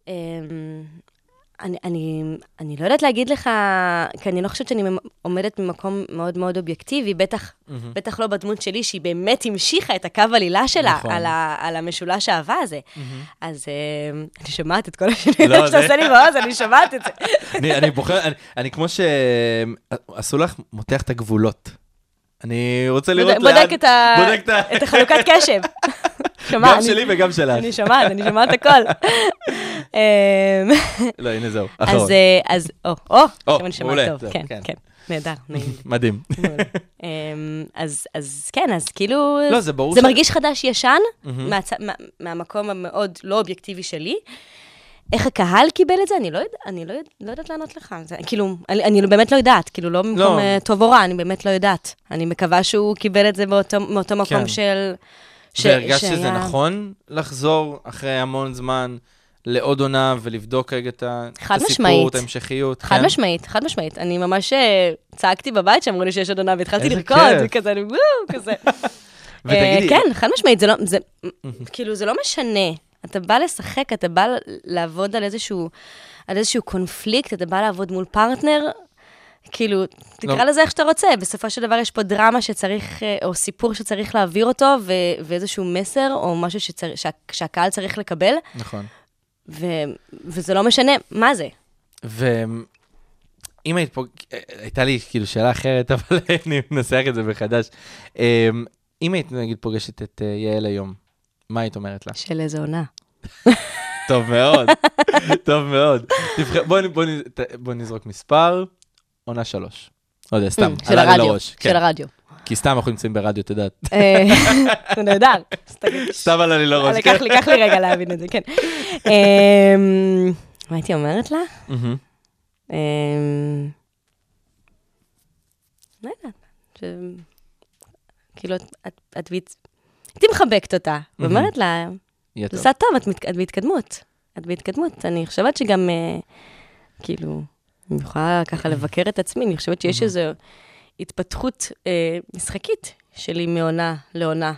אמ, אני, אני, אני לא יודעת להגיד לך, כי אני לא חושבת שאני ממ- עומדת ממקום מאוד מאוד אובייקטיבי, בטח, בטח לא בדמות שלי, שהיא באמת המשיכה את הקו עלילה שלה
נכון.
על, ה, על המשולש אהבה הזה. אז אמ, אני שומעת את כל השינויים
לא,
שאתה
זה-
עושה לי באוזן, אני שומעת את זה.
אני, אני בוחר, אני, אני כמו שעשו לך, מותח את הגבולות. אני רוצה לראות
בודק,
לאן...
בודק את, ה,
בודק את ה...
את החלוקת קשב. שומע,
גם
אני-
שלי וגם שלך.
אני שומעת, אני שומעת הכל. אמ,
לא, הנה זהו, אחרון.
אז, אה, אז, או, או, עכשיו אני
מעולה,
שומעת טוב,
זהו,
כן,
כן.
כן, נהדר, נעים לי.
מדהים.
מעולה. אמ, אז, אז כן, אז כאילו,
לא, זה ברור
זה
ש-
מרגיש חדש-ישן, מהמקום המאוד לא אובייקטיבי שלי. איך הקהל קיבל את זה, אני לא, יודע, אני לא, יודע- לא יודעת לענות לך. זה, כאילו, אני, אני באמת לא יודעת, כאילו, לא במקום אה, טוב או רע, אני באמת לא יודעת. אני מקווה שהוא קיבל את זה באותו, מאותו מקום
כן.
של... ש-
והרגשת שזה
שהיה-
נכון לחזור אחרי המון זמן לעוד עונה ולבדוק רגע את ה- את
חד
הסיפור,
משמעית.
את ההמשכיות.
חד
כן?
משמעית, חד משמעית. אני ממש אה, צעקתי בבית שאמרו לי שיש עוד עונה, והתחלתי
איזה
לרקוד,
כיף.
וכזה, אני וואו, כזה.
ותגידי-
אה, כן, חד משמעית, זה לא, זה, כאילו, זה לא משנה אתה בא לשחק, אתה בא לעבוד על איזשהו, על איזשהו קונפליקט, אתה בא לעבוד מול פרטנר, כאילו, תקרא
לא.
לזה איך שאתה רוצה. בסופו של דבר יש פה דרמה שצריך, אה, או סיפור שצריך להעביר אותו, ו- ואיזשהו מסר, או משהו שצר- שה- שהקהל צריך לקבל,
נכון.
ו- וזה לא משנה מה זה.
ואם היית פה, הייתה לי כאילו שאלה אחרת, אבל אני מנסח את זה מחדש. אמ, אם היית נגיד פוגשת את אה, יעל היום, מה היית אומרת לה?
של איזה עונה.
טוב מאוד, טוב מאוד. תבחר- בוא נ- בוא נ- ת- בוא נזרוק מספר, עונה שלוש. לא יודע, סתם,
של
עלה לי
הרדיו.
לראש.
של
כן.
הרדיו.
כי סתם אנחנו נמצאים ברדיו, את יודעת.
אה, זה נהדר. אז תגיד,
סתם עלה לי לראש. כן.
לקח לי לקח לי רגע להבין את זה, כן. אמ, מה הייתי אומרת לה?
מהמם.
אמ, לא יודעת. ש- כאילו, את- את- את בית- הייתי מחבקת אותה, ואומרת לה,
יהיה
זה
טוב.
עושה טוב, את מת- את בהתקדמות. את בהתקדמות. אני חושבת שגם, אה, כאילו, אני יכולה ככה לבקר את עצמי, אני חושבת שיש איזו התפתחות אה, משחקית שלי מעונה לעונה.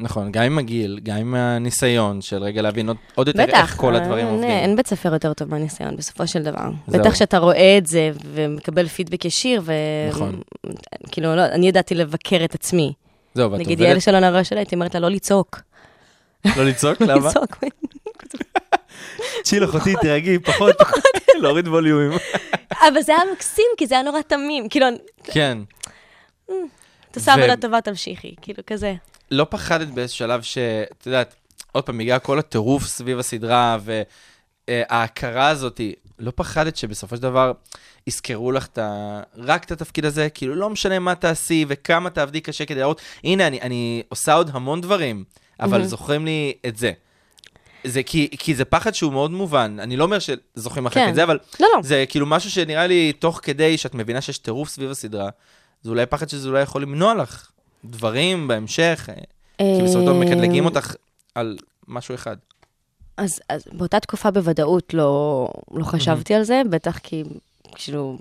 נכון, גם עם הגיל, גם עם הניסיון של רגע להבין עוד- עוד יותר
בטח.
איך כל הדברים
אה,
עובדים.
אין בית ספר יותר טוב מהניסיון, בסופו של דבר.
זהו.
בטח שאתה רואה את זה ומקבל פידבק ישיר, ו...
נכון.
כאילו, לא, אני ידעתי לבקר את עצמי.
זהו, ואת
נגיד, יעל
עובדת,
שלון הראש שלה, הייתי אומרת לה לא לצעוק.
לא לצעוק, למה?
לצעוק.
צ'יל אחותי, תירגעי, פחות, להוריד ווליומים.
אבל זה היה מקסים, כי זה היה נורא תמים. כאילו,
כן.
את עושה
ו-
עבודה טובה, תמשיכי. כאילו, כזה.
לא פחדת באיזשהו שלב שאת יודעת, עוד פעם, בגלל כל הטירוף סביב הסדרה וההכרה הזאת, לא פחדת שבסופו של דבר יזכרו לך את ה... רק את התפקיד הזה? כאילו, לא משנה מה תעשי וכמה תעבדי קשה כדי להראות, הנה, אני, אני עושה עוד המון דברים, אבל זוכרים לי את זה. זה כי, כי זה פחד שהוא מאוד מובן, אני לא אומר שזוכרים לך רק
כן.
את זה, אבל
לא, לא.
זה כאילו משהו שנראה לי, תוך כדי שאת מבינה שיש טירוף סביב הסדרה, זה אולי פחד שזה אולי יכול למנוע לך דברים בהמשך, אה, כי בסופו של דבר
אה,
מקטלגים אותך על משהו אחד.
אז, אז באותה תקופה בוודאות לא, לא חשבתי על זה, בטח כי, כאילו,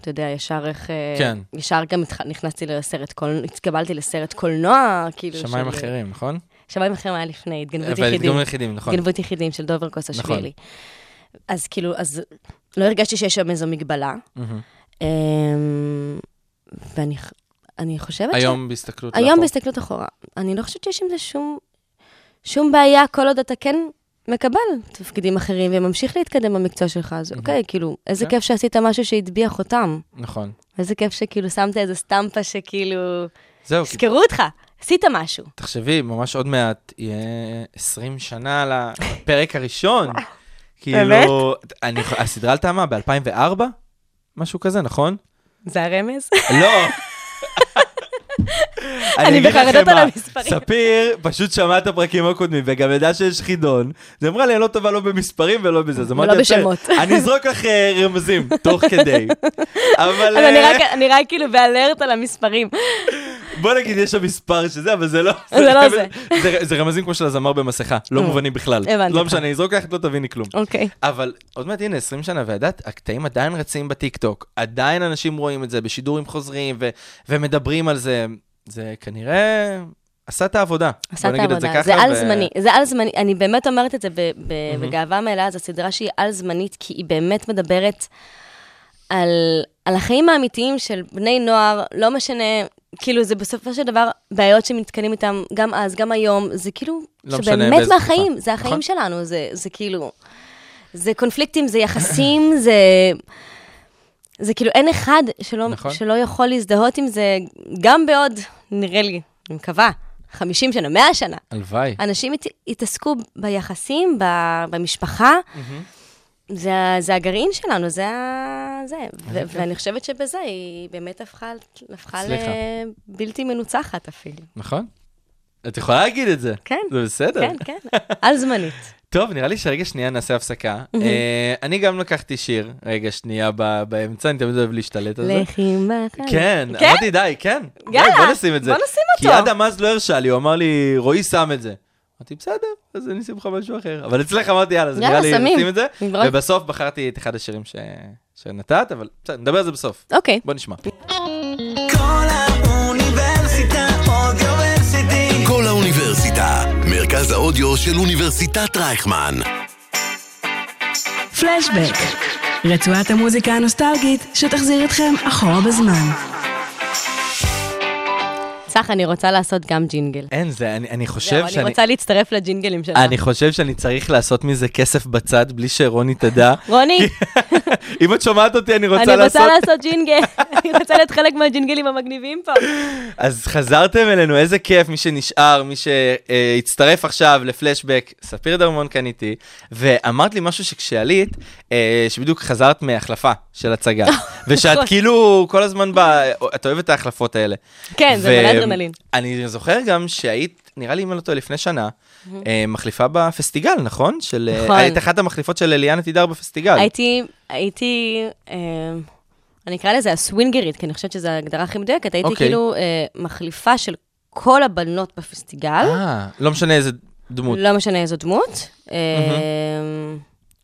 אתה יודע, ישר איך... אה,
כן.
ישר גם התח- נכנסתי לסרט קולנוע, התקבלתי לסרט קולנוע, כאילו...
שמיים
של- אה,
אחרים, נכון?
שמיים אחרים היה לפני, התגנבות
אבל
יחידים.
גם יחידים, נכון.
התגנבות יחידים של דובר קוסאשווילי.
נכון.
אז כאילו, אז לא הרגשתי שיש שם איזו מגבלה.
מהמם.
אמ, ואני ח- אני חושבת ש...
היום בהסתכלות
היום
לאחור.
בהסתכלות אחורה, אני לא חושבת שיש עם זה שום, שום בעיה, כל עוד אתה כן מקבל תפקידים אחרים וממשיך להתקדם במקצוע שלך, אז אוקיי, כאילו, איזה
כן.
כיף שעשית משהו שהטביע חותם.
נכון.
איזה כיף שכאילו שמת איזה סטמפה שכאילו,
זהו, כי
יזכרו אותך, עשית משהו.
תחשבי, ממש עוד מעט יהיה 20 שנה על הפרק הראשון.
באמת?
כאילו, אני- הסדרה עלתה מה? ב-2004? משהו כזה, נכון?
זה הרמז?
לא.
אני
אגיד לכם
בחרדות על
מה,
המספרים.
ספיר פשוט שמעה את הפרקים הקודמים וגם ידעה שיש חידון. אז היא אמרה לי, אני לא טובה לא במספרים ולא בזה. אז אמרתי,
ולא
"יפה,
בשמות."
אני אזרוק לך אה, רמזים, תוך כדי. אבל
אז אני
אה,
רק- אני רק כאילו באלרט על המספרים.
בוא נגיד, יש שם מספר שזה, אבל זה לא...
זה לא
רמז-
זה. אה,
זה- זה רמזים כמו של הזמר במסכה, לא מובנים בכלל.
הבנתי
לא
אותך.
משנה, אני אזרוק לך, את לא תביני כלום.
אוקיי.
אבל עוד מעט, הנה, 20 שנה, וידעת, הקטעים עדיין רצים בטיקטוק, עדיין אנשים רואים את זה בשידורים חוזרים ו- ומדברים על זה. זה כנראה עשה את העבודה. בוא
עשה את
נגיד
העבודה, זה
ככה,
על
ו-
זמני, זה על זמני, אני באמת אומרת את זה ב- ב- בגאווה מלאה, זו סדרה שהיא על זמנית, כי היא באמת מדברת על, על החיים האמיתיים של בני נוער, לא משנה, כאילו זה בסופו של דבר בעיות שמתקנים איתם גם אז, גם היום, זה כאילו,
לא משנה
שבאמת
באיזה
מהחיים,
תקופה.
זה החיים
נכון.
שלנו, זה, זה כאילו, זה קונפליקטים, זה יחסים, זה... זה כאילו אין אחד שלא,
נכון.
נכון. שלא יכול להזדהות עם זה, גם בעוד, נראה לי, אני מקווה, 50 שנה, 100 שנה.
הלוואי.
אנשים הת, התעסקו ביחסים, ב, במשפחה.
Mm-hmm.
זה, ה- זה הגרעין שלנו, זה ה... זה. ו- ואני חושבת שבזה היא באמת הפכה, הפכה
סליחה.
לבלתי מנוצחת אפילו.
נכון. את יכולה להגיד את זה.
כן.
זה בסדר.
כן, כן, על זמנית.
טוב, נראה לי שרגע שנייה נעשה הפסקה. אה, אני גם לקחתי שיר, רגע שנייה ב- באמצע, אני תמיד אוהב להשתלט על זה.
לחימה.
כן,
כן?
אמרתי די, כן.
יאללה,
די, בוא נשים את זה.
בוא נשים
כי
אותו.
עד אז לא הרשה לי, הוא אמר לי, רועי שם את זה. אמרתי, בסדר, אז אני אשים לך משהו אחר. אבל אצלך אמרתי, יאללה, אז
יאללה,
נראה לי
שמים.
נשים את זה.
נברוק.
ובסוף בחרתי את אחד השירים ש- שנתת, אבל בסדר, נדבר על זה בסוף.
אוקיי.
בוא נשמע.
כל האוניברסיטה, מרכז האודיו האודיו של אוניברסיטת רייכמן.
פלשבק, רצועת המוזיקה הנוסטלגית שתחזיר אתכם אחורה בזמן.
צח, אני רוצה לעשות גם ג'ינגל.
אין זה, אני, אני חושב
זהו, אני
שאני...
רוצה להצטרף לג'ינגלים שלך.
אני חושב שאני צריך לעשות מזה כסף בצד בלי שרוני תדע.
רוני,
אם את שומעת אותי, אני רוצה
אני רוצה
לעשות...
לעשות ג'ינגל. אני רוצה להיות חלק מהג'ינגלים המגניבים פה.
אז חזרתם אלינו, איזה כיף, מי שנשאר, מי שהצטרף עכשיו לפלשבק, ספיר דרמון כאן איתי, ואמרת לי משהו שכשעלית, אה, שבדיוק חזרת מהחלפה של הצגה, ושאת
נכון.
כאילו כל הזמן, ב... את אוהבת את ההחלפות האלה.
כן, זה
ו-
מלא אדרנלין.
אני זוכר גם שהיית, נראה לי אם אני לא טועה, לפני שנה, אה, מחליפה בפסטיגל, נכון? של... אה,
נכון.
היית אחת המחליפות של אליאנה תידר בפסטיגל.
הייתי, הייתי, אה, אני אקרא לזה הסווינגרית, כי אני חושבת שזו ההגדרה הכי מדויקת, הייתי
אוקיי.
כאילו אה, מחליפה של כל הבנות בפסטיגל,
אה, לא משנה איזה דמות.
לא משנה איזו דמות. אה,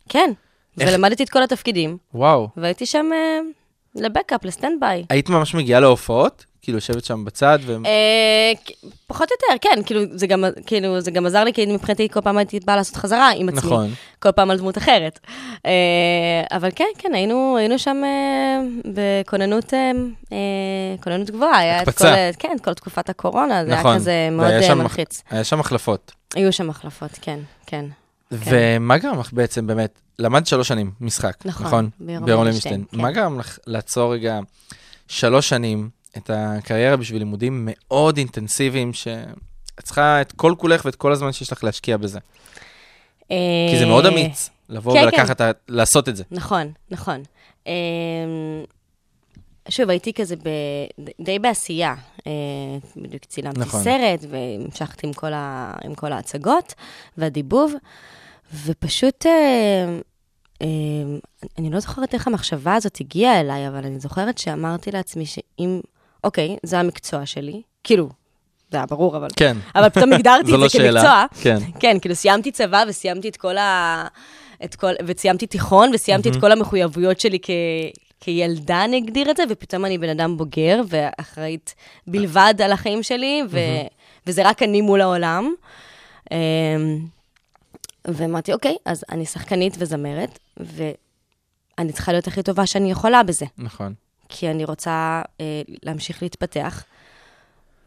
כן,
איך-
ולמדתי את כל התפקידים,
וואו.
והייתי שם אה, לבקאפ, לסטנד ביי.
היית ממש מגיעה להופעות? כאילו, יושבת שם בצד ו...
אה, כ- פחות או יותר, כן, כאילו זה, גם, כאילו, זה גם עזר לי, כי מבחינתי כל פעם הייתי באה לעשות חזרה עם עצמי.
נכון.
כל פעם על דמות אחרת. אה, אבל כן, כן, היינו, היינו שם אה, בכוננות אה, אה, כוננות גבוהה. היה את
הקפצה.
כל, אה, כן, כל תקופת הקורונה, זה
נכון,
היה כזה מאוד
והיה
אה,
שם מח-
מלחיץ.
היה שם החלפות.
היו שם החלפות, כן, כן.
ומה גרם לך בעצם באמת, למדת שלוש שנים משחק,
נכון,
נכון?
בירון
בירון
לוינשטיין, כן.
מה גרם לך לעצור רגע שלוש שנים את הקריירה בשביל לימודים מאוד אינטנסיביים, שאת צריכה את כל כולך ואת כל הזמן שיש לך להשקיע בזה? כי זה מאוד
אה,
אמיץ לבוא
כן,
ולקחת, ה- לעשות את זה.
נכון, נכון. אה, שוב, הייתי כזה ב... די בעשייה. אה, בדיוק צילמתי
נכון.
נכון. סרט, והמשכתי עם כל, ה... עם כל ההצגות והדיבוב, ופשוט, אה, אה, אני לא זוכרת איך המחשבה הזאת הגיעה אליי, אבל אני זוכרת שאמרתי לעצמי שאם, אוקיי, זה המקצוע שלי, כאילו, זה היה ברור, אבל...
כן.
אבל פתאום הגדרתי
זו
את זה
לא שאלה.
כמקצוע.
כן.
כן, כאילו סיימתי צבא וסיימתי את כל ה... את כל... וסיימתי תיכון וסיימתי את כל המחויבויות שלי כ... כילדה, נגדיר את זה, ופתאום אני בן אדם בוגר ואחראית בלבד על החיים שלי, ו... וזה רק אני מול העולם. אמ, ואמרתי, אוקיי, אז אני שחקנית וזמרת, ואני צריכה להיות הכי טובה שאני יכולה בזה.
נכון.
כי אני רוצה אה, להמשיך להתפתח,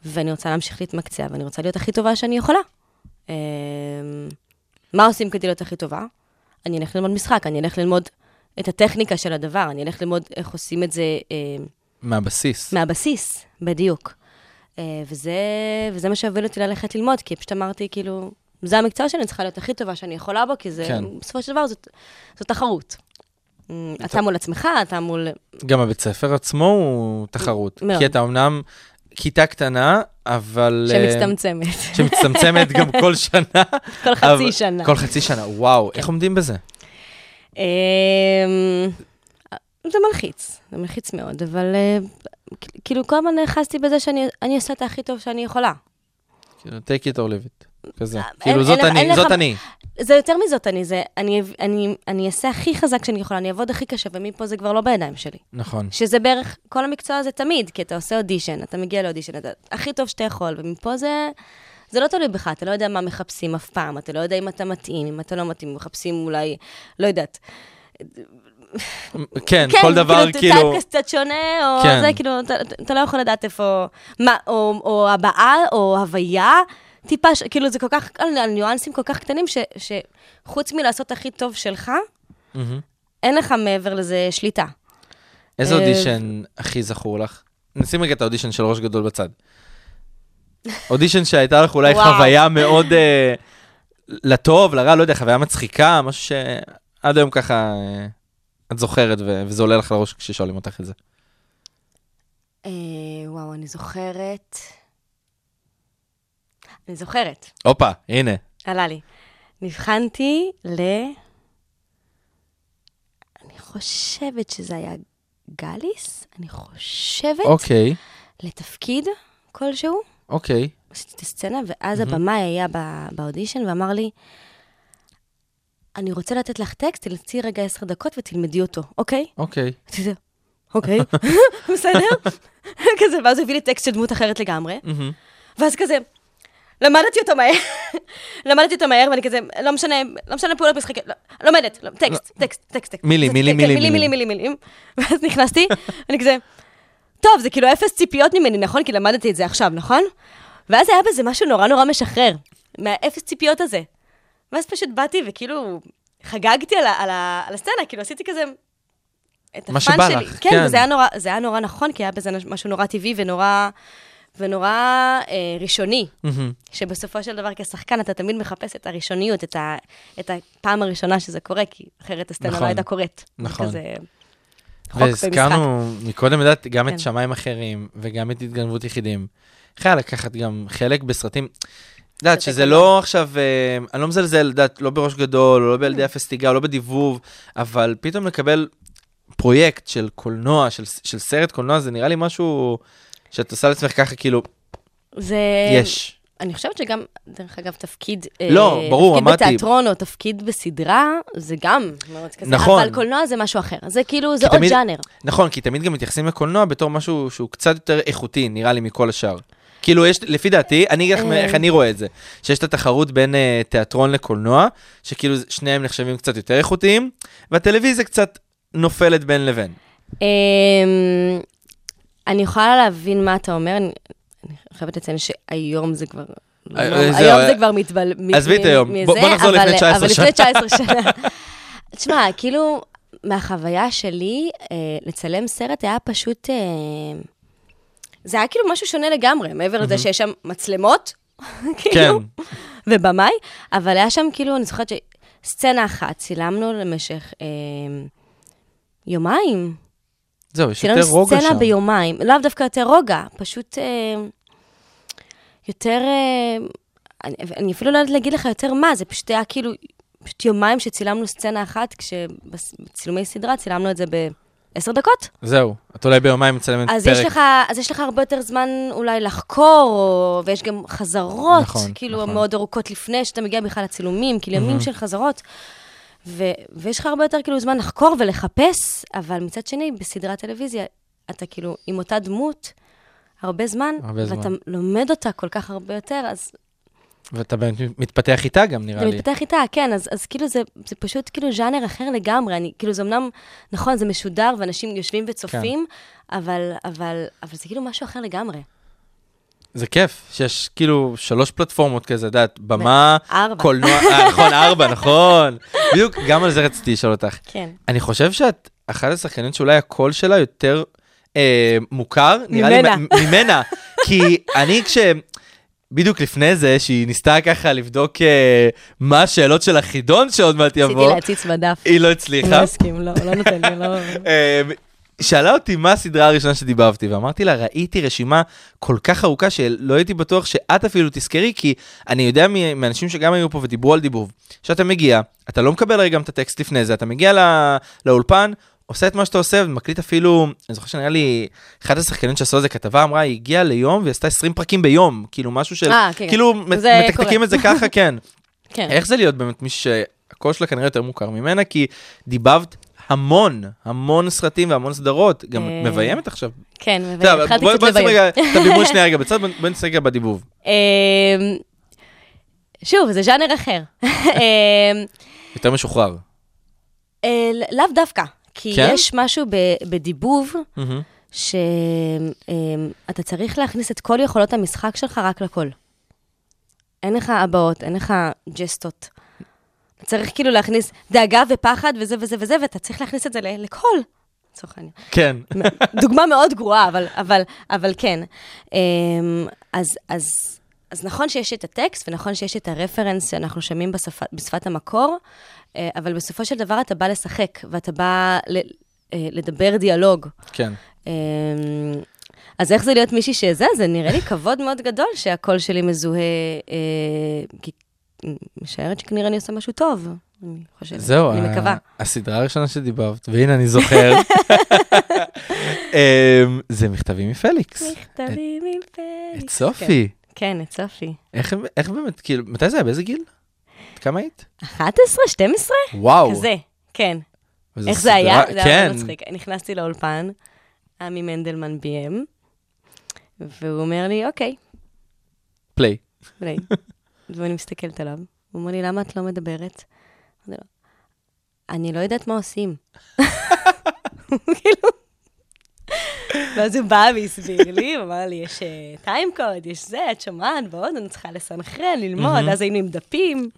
ואני רוצה להמשיך להתמקצע, ואני רוצה להיות הכי טובה שאני יכולה. אה, מה עושים כדי להיות הכי טובה? אני אלך ללמוד משחק, אני אלך ללמוד את הטכניקה של הדבר, אני אלך ללמוד איך עושים את זה אה,
מהבסיס.
מהבסיס, בדיוק. אה, וזה, וזה מה שהוביל אותי ללכת ללמוד, כי פשוט אמרתי, כאילו, זה המקצוע שאני צריכה להיות הכי טובה שאני יכולה בו, כי זה,
כן.
כן. בסופו של דבר, זאת, זאת תחרות. אה, אתה מול עצמך, אתה מול
גם הבית ספר עצמו הוא תחרות.
מאוד.
כי אתה אמנם כיתה קטנה, אבל... אה,
שמצטמצמת.
שמצטמצמת גם כל שנה.
כל
אבל-
חצי שנה. כן.
כל חצי שנה, וואו, איך עומדים בזה?
אמ, זה מלחיץ, זה מלחיץ מאוד, אבל אה, כ- כאילו כל הזמן נאחזתי בזה שאני אני אעשה את הכי טוב שאני יכולה.
כאילו, take it or leave it. כזה.
אין-
כאילו,
אה, אין-
זאת
אין
אני,
לך-
זאת אני.
זה יותר מזאת, אני, זה, אני, אני, אני אעשה הכי חזק שאני יכולה, אני אעבוד הכי קשה, ומפה זה כבר לא בידיים שלי.
נכון.
שזה בערך, כל המקצוע הזה תמיד, כי אתה עושה אודישן, אתה מגיע לאודישן, אתה הכי טוב שאתה יכול, ומפה זה... זה לא תלוי בך, אתה לא יודע מה מחפשים אף פעם, אתה לא יודע אם אתה מתאים, אם אתה לא מתאים, מחפשים אולי, לא יודעת,
כן, כל דבר, כאילו...
טייפקאסט קצת שונה, או
כן.
זה, כאילו, אתה- אתה- אתה לא יכול לדעת איפה... מה, או או הבעה, או הוויה, טיפה, ש- כאילו, זה כל כך, על על ניואנסים כל כך קטנים, ש- שחוץ מלעשות הכי טוב שלך, אה,
מהמם.
אין לך מעבר לזה שליטה.
איזה
אה,
אודישן הכי זכור לך? נשים רגע את האודישן של ראש גדול בצד. אודישן שהייתה לך אולי
וואו.
חוויה מאוד אה, לטוב, לרע, לא יודע, חוויה מצחיקה, משהו שעד היום ככה אה, את זוכרת, ו- וזה עולה לך לראש כששואלים אותך את זה.
אה, וואו, אני זוכרת... אני זוכרת,
הופה, הנה.
עלה לי. נבחנתי ל... אני חושבת שזה היה גליס, אני חושבת.
אוקיי,
לתפקיד כלשהו,
אוקיי.
עשיתי את הסצנה, ואז הבמאי היה ב- באודישן ואמר לי, אני רוצה לתת לך טקסט, תלצי רגע עשר דקות ותלמדי אותו, אוקיי?
אוקיי.
אמרתי, "זה- אוקיי, בסדר? כזה, ואז הוא הביא לי טקסט של דמות אחרת לגמרי,
מהמם.
ואז כזה, למדתי אותו מהר. למדתי אותו מהר, ואני כזה, לא משנה, לא משנה פעולות משחקיות, לא- לומדת, לא, טקסט, טקסט, טקסט, טקסט.
מילים,
טקסט,
מילים,
כן,
מילים,
מילים, מילים, מילים. ואז נכנסתי, אני כזה, טוב, זה כאילו אפס ציפיות ממני, נכון? כי למדתי את זה עכשיו, נכון? ואז היה בזה משהו נורא נורא משחרר, מהאפס ציפיות הזה. ואז פשוט באתי וכאילו חגגתי על, ה- על, ה- על הסצנה, כאילו עשיתי כזה... את
מה
הפאן
שבא
שלי.
לך,
כן,
כן.
וזה היה נורא, זה היה נורא נכון, כי היה בזה נש- משהו נורא טבעי ונורא, ונורא אה, ראשוני,
מהמם.
שבסופו של דבר כשחקן אתה תמיד מחפש את הראשוניות, את, ה, את הפעם הראשונה שזה קורה, כי אחרת הסצנה
נכון.
לא הייתה קורית. זה
נכון.
כזה חוק במשחק.
והזכרנו מקודם, את יודעת, גם את
כן.
שמיים אחרים, וגם את התגנבות יחידים. חייב לקחת גם חלק בסרטים. את יודעת, שזה לא עכשיו, אה, אני לא מזלזל, את יודעת, לא בראש גדול, לא
כן.
בילדי אפס תיגה, לא בדיבוב, אבל פתאום לקבל פרויקט של קולנוע, של- של סרט קולנוע, זה נראה לי משהו שאת עושה לעצמך ככה, כאילו,
זה...
יש.
אני חושבת שגם, דרך אגב, תפקיד...
לא,
אה,
ברור, אמרתי.
תפקיד בתיאטרון או תפקיד בסדרה, זה גם מאוד כזה.
נכון.
אבל קולנוע זה משהו אחר. זה כאילו, זה עוד
תמיד-
ג'אנר.
נכון, כי תמיד גם מתייחסים לקולנוע בתור משהו שהוא קצת יותר איכותי, נראה לי, מכל השאר. כאילו, יש, לפי דעתי, אני אגיד לך
אה.
איך אני רואה את זה, שיש את התחרות בין אה, תיאטרון לקולנוע, שכאילו זה- שניהם נחשבים קצת יותר איכותיים, והטלוויזיה קצת נופלת בין לבין.
אמ, אני יכולה להבין מה אתה אומר, אני אני חייבת לציין שהיום זה כבר... לא,
אה, אה, זהו,
היום
אה,
זה כבר מתבל... מ-
עזבי את
מ-
היום,
מזה,
בוא- בוא נחזור
אבל-
לפני 19
אבל לפני 19 שנה. תשמע, כאילו, מהחוויה שלי, אה, לצלם סרט היה פשוט... אה, זה היה כאילו משהו שונה לגמרי, מעבר לזה שיש שם מצלמות,
כן,
כאילו, ובמאי, אבל היה שם כאילו, אני זוכרת שסצנה אחת, צילמנו למשך אה, יומיים.
זהו, יש יותר
צילמנו
רוגע
כאילו, סצנה
שם.
ביומיים, לאו דווקא יותר רוגע, פשוט אה, יותר, אה, אני, אני אפילו לא יודעת להגיד לך יותר מה, זה פשוט היה כאילו, פשוט יומיים שצילמנו סצנה אחת, כשבצילומי סדרה צילמנו את זה בעשר דקות.
זהו, את אולי ביומיים מצלמת כן, פרק.
אז יש, לך, אז יש לך הרבה יותר זמן אולי לחקור, או, ויש גם חזרות,
נכון,
נכון, כאילו
נכון.
נכון. מאוד ארוכות לפני שאתה מגיע בכלל לצילומים, כאילו ימים של חזרות. ו, ויש לך הרבה יותר כאילו זמן לחקור ולחפש, אבל מצד שני, בסדרת טלוויזיה, אתה כאילו עם אותה דמות הרבה זמן,
הרבה
ואתה
זמן.
לומד אותה כל כך הרבה יותר, אז
ואתה באמת מתפתח איתה גם, נראה
זה
לי.
מתפתח איתה, כן, אז, אז כאילו זה, זה פשוט כאילו ז'אנר אחר לגמרי. אני, כאילו זה אמנם, נכון, זה משודר ואנשים יושבים וצופים, כן. אבל, אבל, אבל זה כאילו משהו אחר לגמרי.
זה כיף, שיש כאילו שלוש פלטפורמות כזה, את יודעת, במה,
ארבע.
קולנוע, אה, נכון, ארבע, נכון. בדיוק, גם על זה רציתי לשאול אותך.
כן.
אני חושב שאת אחת השחקניות שאולי הקול שלה יותר אה, מוכר. נראה לי
ממנה.
מ- ממנה. כי אני כש... בדיוק לפני זה, שהיא ניסתה ככה לבדוק אה, מה השאלות של החידון שעוד מעט
רציתי
יבוא,
להציץ בדף.
היא לא
הוא לא
הצליחה.
הסכים, לא, הוא לא נותן לי, לא...
אה, שאלה אותי מה הסדרה הראשונה שדיבבתי, ואמרתי לה, ראיתי רשימה כל כך ארוכה שלא הייתי בטוח שאת אפילו תזכרי, כי אני יודע מ- מאנשים שגם היו פה ודיברו על דיבוב, שאתה מגיע, אתה לא מקבל הרי גם את הטקסט לפני זה, אתה מגיע לא, לאולפן, עושה את מה שאתה עושה ומקליט אפילו, אני זוכר שנראה לי, אחת השחקניות שעשו על זה כתבה אמרה, היא הגיעה ליום והיא עשתה 20 פרקים ביום, כאילו משהו של,
אה, כן,
כאילו
כן. זה
מ- מתקתקים
קורה.
את זה ככה, כן.
כן.
איך זה להיות באמת מישהו שהקול שלה כנראה יותר מוכר ממנה, כי דיבבת המון, המון סרטים והמון סדרות, גם את
אה,
מביימת עכשיו.
כן,
אתה יודע,
מבין, התחלתי
בוא-
קצת
בוא נשים
לביים.
רגע את הבימוי שנייה רגע בצד, בוא- בוא נעשה רגע בדיבוב.
אמ, שוב, זה ז'אנר אחר. אמ,
יותר משוחרר.
אה, לאו דווקא, כי
כן?
יש משהו ב- בדיבוב,
מהמם.
שאתה צריך להכניס את כל יכולות המשחק שלך רק לקול. אין לך הבעות, אין לך ג'סטות. אתה צריך כאילו להכניס דאגה ופחד וזה וזה וזה, ואתה צריך להכניס את זה ל- לקול, לצורך העניין.
כן.
דוגמה מאוד גרועה, אבל, אבל, אבל כן. אמ, אז, אז, אז נכון שיש את הטקסט, ונכון שיש את הרפרנס שאנחנו שומעים בשפת, בשפת המקור, אה, אבל בסופו של דבר אתה בא לשחק, ואתה בא ל, אה, לדבר דיאלוג.
כן.
אמ, אז איך זה להיות מישהי שזה? זה נראה לי כבוד מאוד גדול שהקול שלי מזוהה, אה, כי אני משערת שכנראה אני עושה משהו טוב, אני חושבת.
זהו, אה,
אני
ה-
מקווה.
הסדרה הראשונה שדיבבת, והנה אני זוכר. אמ, זה מכתבים מפליקס.
מכתבים עם פליקס.
את סופי.
כן, את סופי.
איך איך באמת, כאילו, מתי זה היה? באיזה גיל? את כמה היית?
11, 12?
וואו.
כזה, כן.
וזו
איך זה היה?
סדרה-
זה היה
כן.
מאוד מצחיק. נכנסתי לאולפן, עמי מנדלמן ביים, והוא אומר לי, אוקיי,
פליי.
בלי. ואני מסתכלת עליו, הוא אומר לי, למה את לא מדברת? אני לא, אני לא יודעת מה עושים. כאילו... ואז הוא בא והסביר לי, הוא אמר לי, יש טיימקוד, יש זה, את שומעת, ועוד, אני צריכה לסנכרן, ללמוד, אז היינו עם דפים,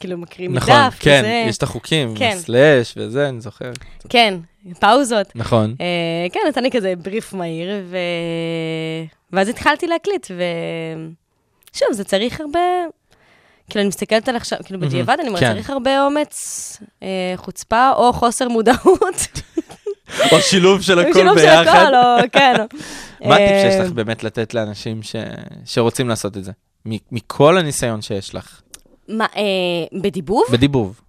כאילו מקריאים מדף,
נכון, כן,
וזה.
יש את החוקים,
כן.
סלאש וזה, אני זוכר.
כן, פאוזות.
נכון.
אה, כן, נתן לי כזה בריף מהיר, ו... ואז התחלתי להקליט, ו... שוב, זה צריך הרבה... כאילו, אני מסתכלת על עכשיו, כאילו, בדיעבד אני אומרת,
כן.
צריך הרבה אומץ, אה, חוצפה או חוסר מודעות.
או שילוב של הכל
אה, שילוב של
ביחד.
הכל, או... כן.
מה הטיפ שיש
אה,
לך באמת לתת לאנשים ש- שרוצים לעשות את זה? מ- מכל הניסיון שיש לך,
מה, אה, בדיבוב?
בדיבוב.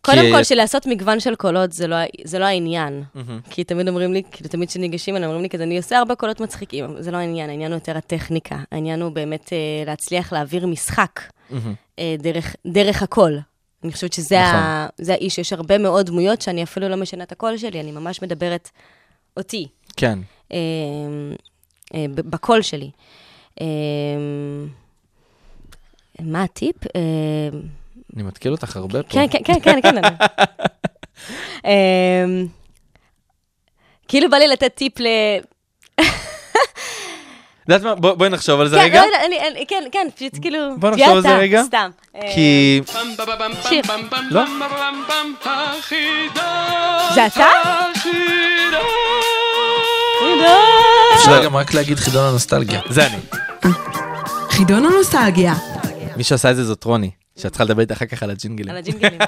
קודם
כי-
כל, שלעשות מגוון של קולות זה לא, ה- זה לא העניין. כי תמיד אומרים לי, כאילו, תמיד כשניגשים אליי, אומרים לי כזה, אני עושה הרבה קולות מצחיקים, אבל זה לא העניין, העניין הוא יותר הטכניקה. העניין הוא באמת אה, להצליח להעביר משחק אה, דרך, דרך הקול. אני חושבת שזה
נכון.
ה, זה האיש, יש הרבה מאוד דמויות שאני אפילו לא משנה את הקול שלי, אני ממש מדברת אותי.
כן.
אה, אה, ב- בקול שלי. אה, מה הטיפ? אה,
אני מתקיל אותך הרבה פה.
כן, כן, כן, כן, כן. אני- אמ, כאילו בא לי לתת טיפ ל...
את יודעת מה? בוא- בואי נחשוב על זה
כן,
רגע.
לא, לא, אני- אני- כן, כן, פשוט כאילו...
בוא נחשוב
תהיה
על זה
אתה,
רגע.
סתם. אה,
כי...
שיר.
לא?
זה אתה?
אפשר גם רק להגיד חידון הנוסטלגיה.
זה אני.
חידון הנוסטלגיה,
מי שעשה את זה זאת רוני, שאת צריכה לדבר איתה אחר כך על הג'ינגלים.
על הג'ינגלים.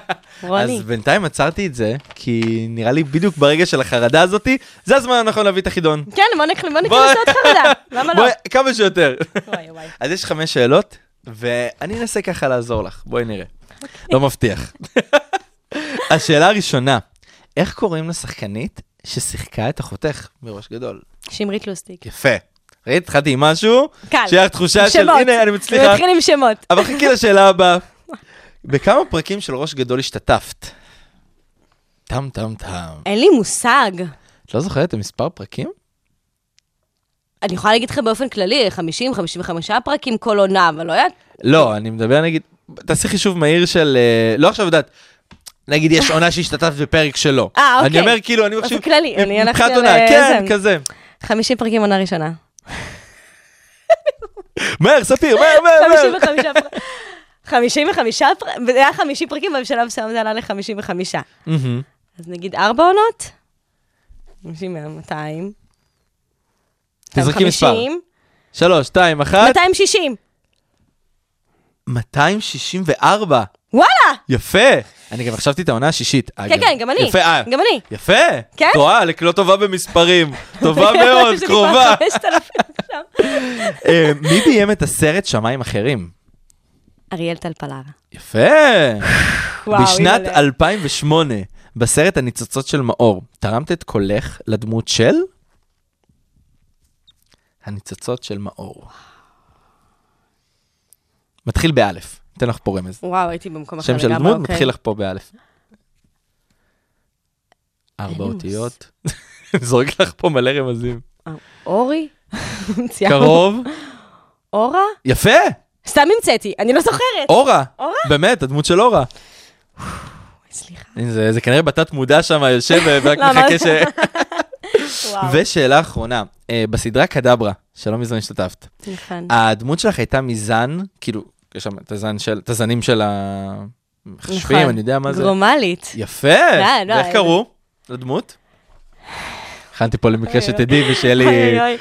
רוני.
אז בינתיים עצרתי את זה, כי נראה לי בדיוק ברגע של החרדה הזאתי, זה הזמן הנכון להביא את החידון.
כן, בוא נקל- בוא
בוא-
נקנוס עוד חרדה. למה לא?
בואי, כמה שיותר.
וואי, וואי.
אז יש חמש שאלות, ואני אנסה ככה לעזור לך, בואי נראה.
אוקיי.
לא מבטיח. השאלה הראשונה, איך קוראים לשחקנית ששיחקה את אחותך מראש גדול?
שמרית לוסטיק.
יפה. ראית, התחלתי עם משהו,
קל.
שיהיה לך תחושה של,
שמות.
הנה, אני
הוא
מצליחה.
מתחיל עם שמות.
אבל חכי לשאלה הבאה. בכמה פרקים של ראש גדול השתתפת? טם טם טם.
אין לי מושג.
את לא זוכרת את המספר פרקים?
אני יכולה להגיד לך באופן כללי, 50, 55 פרקים כל עונה, אבל לא יודעת.
לא, אני מדבר נגיד, תעשי חישוב מהיר של, אה, לא עכשיו יודעת, נגיד יש עונה שהשתתפת בפרק שלו.
אה, אוקיי.
אני אומר כאילו, אני מחשיב,
באופן כללי, אני הלכתי
מבחינת
על,
עונה,
אה,
כן,
זה.
כזה.
50 פרקים עונה ראשונה.
מהר, ספיר, מהר, מהר, מהר.
55 פרקים. 55 פרקים, זה היה 50 פרקים, ובשלב מסוים זה עלה ל-55.
מהמם.
אז נגיד ארבע עונות? 50 מה 200.
תזרקי מספר. אה?
250,
שלוש, שתיים, אחת.
260.
264.
וואלה!
יפה. אני גם חשבתי את העונה השישית.
כן, כן, גם אני.
יפה, אה,
גם אני.
יפה.
כן?
את רואה, את לא טובה במספרים. טובה מאוד,
יש לי כבר
קרובה.
5,000 עכשיו.
אה, מי ביים את הסרט שמיים אחרים?
אריאל טלפלר.
יפה.
וואו,
בשנת
אימא'לה.
2008, בסרט הניצוצות של מאור, תרמת את קולך לדמות של? הניצוצות של מאור. מתחיל באלף. אתן לך פה רמז.
וואו, הייתי במקום אחר
שם
לגמרי.
של דמות
אוקיי.
מתחיל לך פה באלף. ארבע
אנוס.
אותיות. זורק לך פה מלא רמזים.
אורי? ממציאה.
קרוב.
אורה?
יפה,
סתם המצאתי, אני לא זוכרת.
אורה.
אורה?
באמת, הדמות של אורה.
סליחה.
זה, זה כנראה בתת מודע שם יושב ורק
לא,
מחכה
אמרתי.
ש...
וואו.
ושאלה אחרונה, אה, בסדרה קדברה, שלא מזמן השתתפת,
נכון.
הדמות שלך הייתה מזן, כאילו, יש שם את הזן של, את הזנים של המחשבים,
נכון.
אני יודע מה זה.
גרומלית.
יפה,
לא,
ואיך
אה,
קראו לדמות? הכנתי פה למקרה שתדעי ושיהיה לי...
אוי, אוי,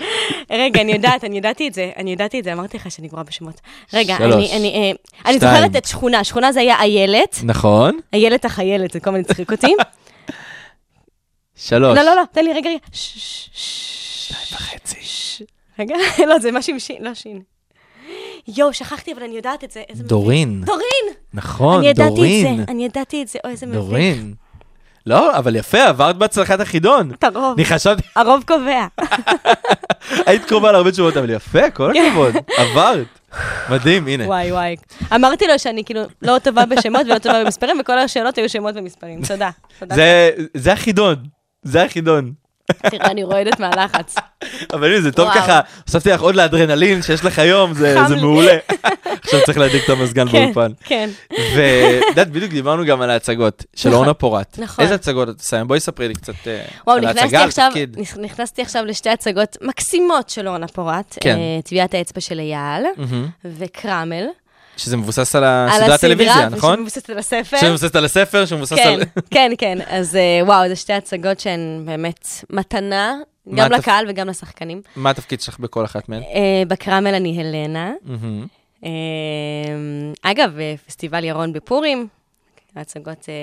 אוי. רגע, אני יודעת, אני ידעתי את זה, אני ידעתי את זה, אמרתי לך שאני גרועה בשמות. רגע,
שלוש,
אני- אני אה, אני
שתיים.
זוכרת את שכונה, שכונה זה היה איילת,
נכון?
איילת החיילת, זה כל הזמן הצחיק אותי.
שלוש.
לא, לא, לא, תן לי, רגע, רגע. ש- ש- ש-
וחצי.
ש- רגע, לא, זה משהו עם שין, לא שין. יואו, שכחתי, אבל אני יודעת את זה. איזה מביך.
דורין.
דורין!
נכון,
אני ידעתי
דורין.
את זה, אני ידעתי את זה, אוי, איזה מביך.
דורין. לא, אבל יפה, עברת בהצלחת החידון.
את הרוב,
אני חשבתי,
הרוב קובע.
היית קרובה להרבה תשובות, אבל יפה, כל הכבוד, עברת. מדהים, הנה.
כן. וואי, וואי. אמרתי לו שאני כאילו לא טובה בשמות ולא טובה במספרים, וכל השאלות היו שמות ומספרים. תודה. תודה.
זה- זה החידון, זה החידון.
תראה, אני רועדת מהלחץ.
אבל הנה, זה טוב
וואו.
ככה, הוספתי לך עוד לאדרנלין שיש לך היום, זה
חם
זה
לי.
מעולה. עכשיו צריך להדליק את המזגן
כן,
באולפן.
כן.
ואת יודעת, בדיוק דיברנו גם על ההצגות של
נכון,
אורנה פורת.
נכון.
איזה הצגות את עושה? בואי ספרי לי קצת אה,
וואו,
על
נכנסתי
ההצגה, על
עכשיו,
התפקיד.
נכ- נכנסתי עכשיו לשתי הצגות מקסימות של אורנה פורת.
כן.
אה, טביעת האצבע של אייל
מהמם.
וקרמל.
שזה מבוסס על
על
הסדרת טלוויזיה, נכון?
שמבוססת על הספר.
שמבוססת על הספר, שמבוסס
כן,
על...
כן, כן. אז אה, וואו, זה שתי הצגות שהן באמת מתנה,
מה
גם
התפ-
לקהל וגם לשחקנים.
מה התפקיד שלך בכל אחת מהן?
אה, בקרמל אני הלנה.
מהמם.
אה, אגב, אה, פסטיבל ירון בפורים, ההצגות אה,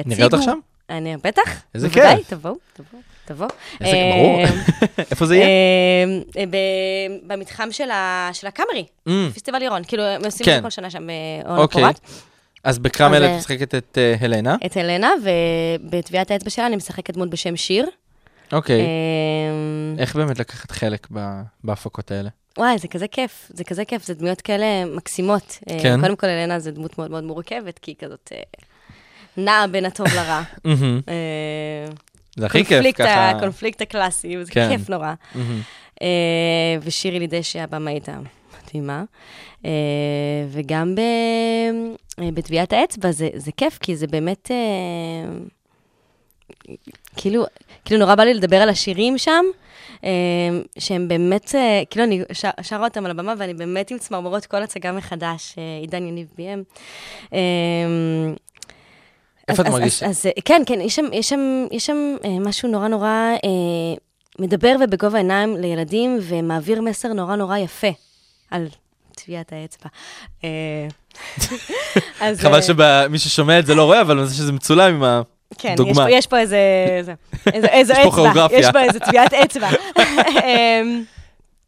יציגו.
נראה אותך שם?
אני, בטח.
איזה
בוודאי,
כיף.
תבואו, תבואו, תבואו.
איזה
אה,
ברור. איפה זה יהיה?
אה, אה, ב- במתחם של ה- של הקאמרי,
אמ,
פסטיבל ירון. כאילו, הם עושים
כן.
את זה כל שנה שם אה, באורנה
אוקיי.
פורת.
אז בקרמל
אז,
את
אה,
משחקת את אה, הלנה?
את הלנה, ובטביעת האצבע שלה אני משחקת דמות בשם שיר.
אוקיי.
אה,
איך באמת לקחת חלק ב- בהפקות האלה?
וואי, זה כזה כיף, זה כזה כיף, זה דמויות כאלה מקסימות. אה,
כן.
קודם כל, אלנה זו דמות מאוד מאוד מורכבת, כי היא כזאת אה, נעה בין הטוב לרע.
מהמם.
אה,
זה הכי כיף
קונפליקט ה-
ככה.
הקונפליקט הקלאסי, וזה
כן.
כיף נורא.
מהמם.
אה, ושירי לידשי, הבמאית המדהימה. אה, וגם ב- אה, בטביעת האצבע, זה, זה כיף, כי זה באמת... אה, כאילו, כאילו נורא בא לי לדבר על השירים שם, אה, שהם באמת, אה, כאילו אני ש- שרה אותם על הבמה ואני באמת עם צמרמורות כל הצגה מחדש, אה, עידן יניב ביים. אה,
איפה
אז-
את
אז-
מרגישה?
אז- אז, אה, כן, כן, יש שם, יש שם, יש שם אה, משהו נורא נורא אה, מדבר ובגובה עיניים לילדים ומעביר מסר נורא נורא יפה על טביעת האצבע. אה, אז,
חבל
אה,
שמי ששומע את זה לא רואה, אבל זה שזה מצולם עם ה...
כן, יש
דוגמה.
פה, יש פה איזה, איזה, איזה, איזה
יש פה
אצבע,
כוריאוגרפיה.
יש פה איזה טביעת אצבע. אמ,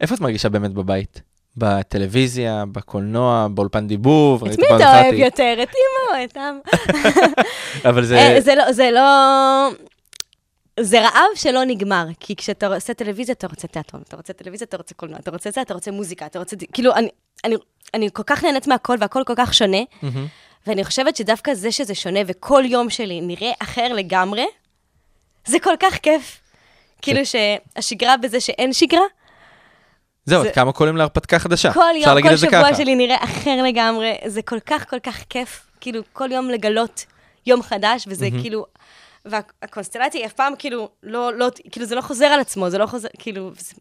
איפה את מרגישה באמת בבית? בטלוויזיה, בקולנוע, באולפן דיבור?
את
ראית
מי
פעם
אתה
אחת
אוהב
היא-
יותר? את אימא או את אבא?
אבל זה...
אה, זה לא, זה לא... זה רעב שלא נגמר, כי כשאתה עושה טלוויזיה, אתה רוצה תיאטרון, אתה רוצה טלוויזיה, אתה רוצה קולנוע, אתה רוצה זה, אתה רוצה מוזיקה, אתה רוצה... ד- כאילו, אני, אני, אני כל כך נהנית מהכל, והכל כל כך שונה,
מהמם.
ואני חושבת שדווקא זה שזה שונה, וכל יום שלי נראה אחר לגמרי, זה כל כך כיף. כאילו שהשגרה בזה שאין שגרה,
זהו,
זה-
את כמה קולים להרפתקה חדשה.
כל
אפשר
יום,
להגיד
כל
את זה
שבוע
ככה.
שלי נראה אחר לגמרי, זה כל כך כל כך כיף, כאילו, כל יום לגלות יום חדש, וזה כאילו, והקונסטלציה היא אף פעם כאילו, לא, לא, כאילו, זה לא חוזר על עצמו, זה לא חוזר, כאילו, זה-